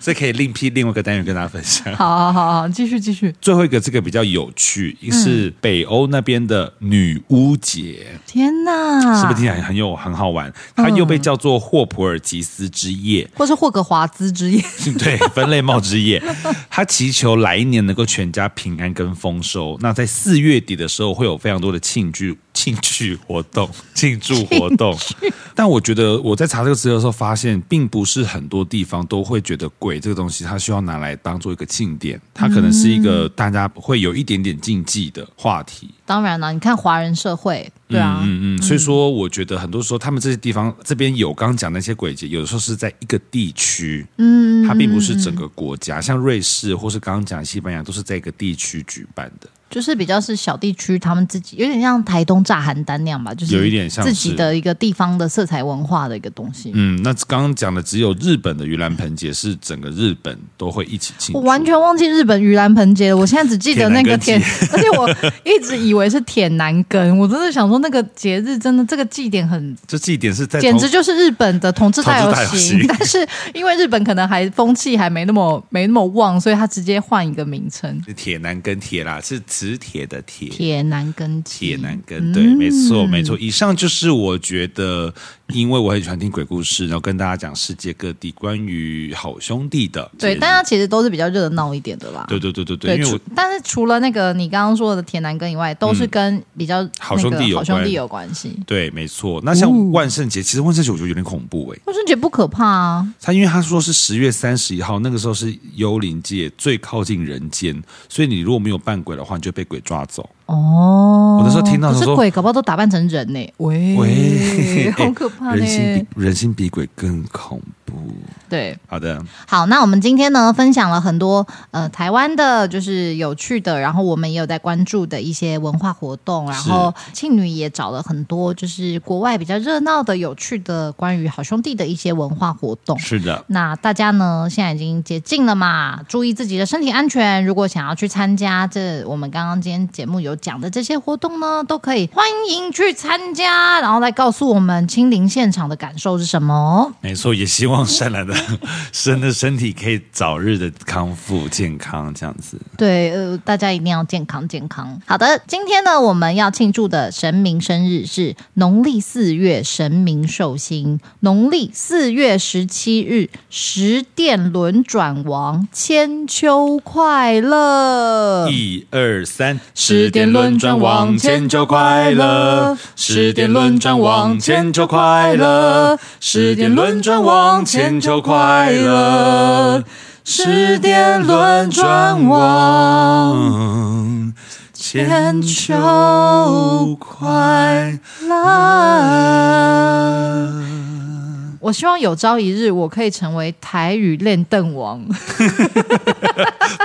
[SPEAKER 2] 这可以另辟另外一个单元跟大家分享。
[SPEAKER 3] 好好好好，继续继续。
[SPEAKER 2] 最后一个这个比较有趣，
[SPEAKER 3] 嗯
[SPEAKER 2] 是北欧那边的女巫节，
[SPEAKER 3] 天哪，
[SPEAKER 2] 是不是听起来很有很好玩？它又
[SPEAKER 3] 嗯
[SPEAKER 2] 被叫做霍普尔吉斯之夜，
[SPEAKER 3] 或是霍格华兹之夜？
[SPEAKER 2] 对，分类帽之夜。他祈求来一年能够全家平安跟丰收。那在四月底的时候，会有非常多的庆祝庆祝活动、 庆祝活动。但我觉得我在查这个资料的时候，发现并不是很多地方都会觉得鬼这个东西，它需要拿来当做一个庆典，它可能是一个大家会有一点点禁忌的话题。
[SPEAKER 3] 当然啦，你看华人社会，对啊，
[SPEAKER 2] 嗯嗯，所以说我觉得很多时候他们这些地方这边有刚刚讲那些鬼节，有的时候是在一个地区，嗯，它并不是整个国家，像瑞士或是刚刚讲西班牙都是在一个地区举办的。
[SPEAKER 3] 就是比较是小地区，他们自己有点像台东炸邯郸那样吧，就是
[SPEAKER 2] 有一点像是
[SPEAKER 3] 自己的一个地方的色彩文化的一个东西。
[SPEAKER 2] 嗯，那刚刚讲的只有日本的盂兰盆节是整个日本都会一起庆祝，
[SPEAKER 3] 我完全忘记日本盂兰盆节了，我现在只记得那个
[SPEAKER 2] 铁
[SPEAKER 3] 铁
[SPEAKER 2] 男，
[SPEAKER 3] 而且我一直以为是铁男根，我真的想说那个节日真的这个祭典很，
[SPEAKER 2] 这祭典是在
[SPEAKER 3] 简
[SPEAKER 2] 同
[SPEAKER 3] 直就是日本的同志大游
[SPEAKER 2] 同志大游
[SPEAKER 3] 行
[SPEAKER 2] 行，
[SPEAKER 3] 但是因为日本可能还风气还没那么没那么旺，所以他直接换一个名称，
[SPEAKER 2] 铁男跟铁啦，是磁铁的铁。
[SPEAKER 3] 铁嗯男根
[SPEAKER 2] 铁
[SPEAKER 3] 祭
[SPEAKER 2] 男根，对，没错，没错。以上就是我觉得，因为我很喜欢听鬼故事，然后跟大家讲世界各地关于好兄弟的节日。
[SPEAKER 3] 对，但它其实都是比较热闹一点的啦。
[SPEAKER 2] 对对对对对，
[SPEAKER 3] 对，
[SPEAKER 2] 因为
[SPEAKER 3] 除
[SPEAKER 2] 我
[SPEAKER 3] 但是除了那个你刚刚说的铁男根以外，都是跟比较
[SPEAKER 2] 嗯好兄弟
[SPEAKER 3] 那个
[SPEAKER 2] 有
[SPEAKER 3] 好兄
[SPEAKER 2] 关
[SPEAKER 3] 弟有关系。哦
[SPEAKER 2] 对，没错。那像万圣节，其实万圣节我觉得有点恐怖哎、
[SPEAKER 3] 万圣节不可怕啊，
[SPEAKER 2] 他因为他说是十月三十一号，那个时候是幽灵界最靠近人间，所以你如果没有扮鬼的话，你就被鬼抓走。
[SPEAKER 3] 哦，
[SPEAKER 2] 我那时候听到
[SPEAKER 3] 可
[SPEAKER 2] 想
[SPEAKER 3] 是
[SPEAKER 2] 说
[SPEAKER 3] 鬼，搞不好都打扮成人呢、喂
[SPEAKER 2] 喂，
[SPEAKER 3] 嗯 好可怕呢、
[SPEAKER 2] 人心比人心比鬼更恐怖。
[SPEAKER 3] 对，
[SPEAKER 2] 好的，
[SPEAKER 3] 好，那我们今天呢分享了很多呃台湾的，就是有趣的，然后我们也有在关注的一些文化活动，然后庆女也找了很多就是国外比较热闹的、有趣的关于好兄弟的一些文化活动。
[SPEAKER 2] 是的，
[SPEAKER 3] 那大家呢，现在已经解禁了嘛，注意自己的身体安全。如果想要去参加这我们刚刚今天节目有讲的这些活动呢，都可以欢迎去参加，然后来告诉我们亲临现场的感受是什么哦。
[SPEAKER 2] 没错。也希望善兰的 身的身体可以早日的康复健康，这样子。
[SPEAKER 3] 对，呃，大家一定要健康健康。好的，今天呢，我们要庆祝的神明生日是农历四月神明寿星，农历四月十七日十殿轮转王，千秋快乐！
[SPEAKER 2] 一二三，
[SPEAKER 3] 嗯十点轮转往前就快乐十点轮转往前就快乐十点轮转往前就快乐，十点轮转
[SPEAKER 2] 往千秋快乐。
[SPEAKER 3] 我希望有朝一日我可以成为台语练邓王，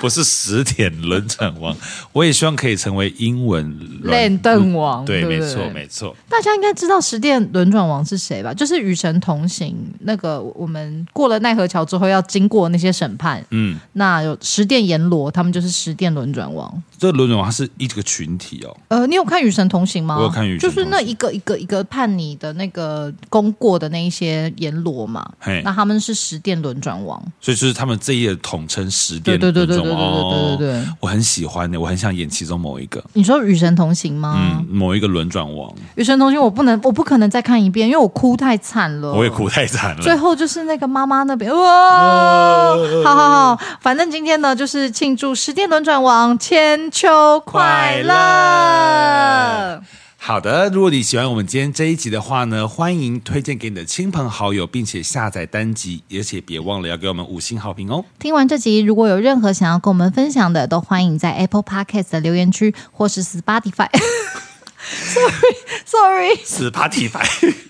[SPEAKER 2] 不是十点轮转王。我也希望可以成为英文轮
[SPEAKER 3] 练邓王，
[SPEAKER 2] 对，
[SPEAKER 3] 不
[SPEAKER 2] 没错，没错。
[SPEAKER 3] 大家应该知道十殿轮转王是谁吧？就是《与神同行》那个，我们过了奈何桥之后要经过那些审判，
[SPEAKER 2] 嗯，
[SPEAKER 3] 那有十殿阎罗，他们就是十殿轮转王。
[SPEAKER 2] 这轮转王它是一个群体哦，
[SPEAKER 3] 呃，你有看《与神同行》吗？
[SPEAKER 2] 我有看与神
[SPEAKER 3] 就是那
[SPEAKER 2] 同行
[SPEAKER 3] 一个一个一个判你的那个功过的那一些阎罗嘛
[SPEAKER 2] 嘿，
[SPEAKER 3] 那他们是十殿轮转王。
[SPEAKER 2] 所以就是他们这一页统称十
[SPEAKER 3] 对对
[SPEAKER 2] 点轮
[SPEAKER 3] 对
[SPEAKER 2] 转
[SPEAKER 3] 对对对
[SPEAKER 2] 王。
[SPEAKER 3] 对对对
[SPEAKER 2] 哦
[SPEAKER 3] 对。
[SPEAKER 2] 我很喜欢的，我很想演其中某一个，
[SPEAKER 3] 你说《与神同行》吗
[SPEAKER 2] 嗯？，某一个轮转王，
[SPEAKER 3] 《与神同行》我不能，我不可能再看一遍，因为我哭太惨了。
[SPEAKER 2] 我也哭太惨
[SPEAKER 3] 哦最
[SPEAKER 2] 了。
[SPEAKER 3] 后就是那个妈妈那边，嗯哇，好好好，反正今天呢就是庆祝十殿轮转王千秋快
[SPEAKER 2] 快
[SPEAKER 3] 乐。
[SPEAKER 2] 好的，如果你喜欢我们今天这一集的话呢，欢迎推荐给你的亲朋好友，并且下载单集，而且别忘了要给我们五星好评 哦。
[SPEAKER 3] 听完这集，如果有任何想要跟我们分享的，都欢迎在 Apple Podcast 的留言区或是 Spotify。Sorry，Sorry。
[SPEAKER 2] 死 party 牌，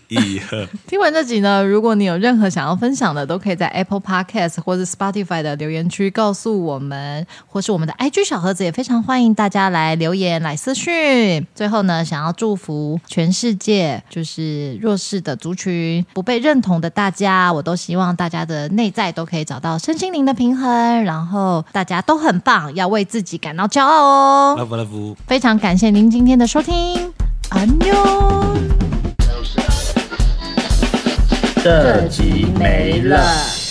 [SPEAKER 2] 一二
[SPEAKER 3] 听完这集呢，如果你有任何想要分享的，都可以在 Apple Podcast 或是 Spotify 的留言区告诉我们，或是我们的 IG 小盒子也非常欢迎大家来留言、来私讯。最后呢，想要祝福全世界就是弱势的族群、不被认同的大家，我都希望大家的内在都可以找到身心灵的平衡，然后大家都很棒，要为自己感到骄傲哦。
[SPEAKER 2] ，love love。
[SPEAKER 3] 非常感谢您今天的收听，安妞。
[SPEAKER 4] 这集没了。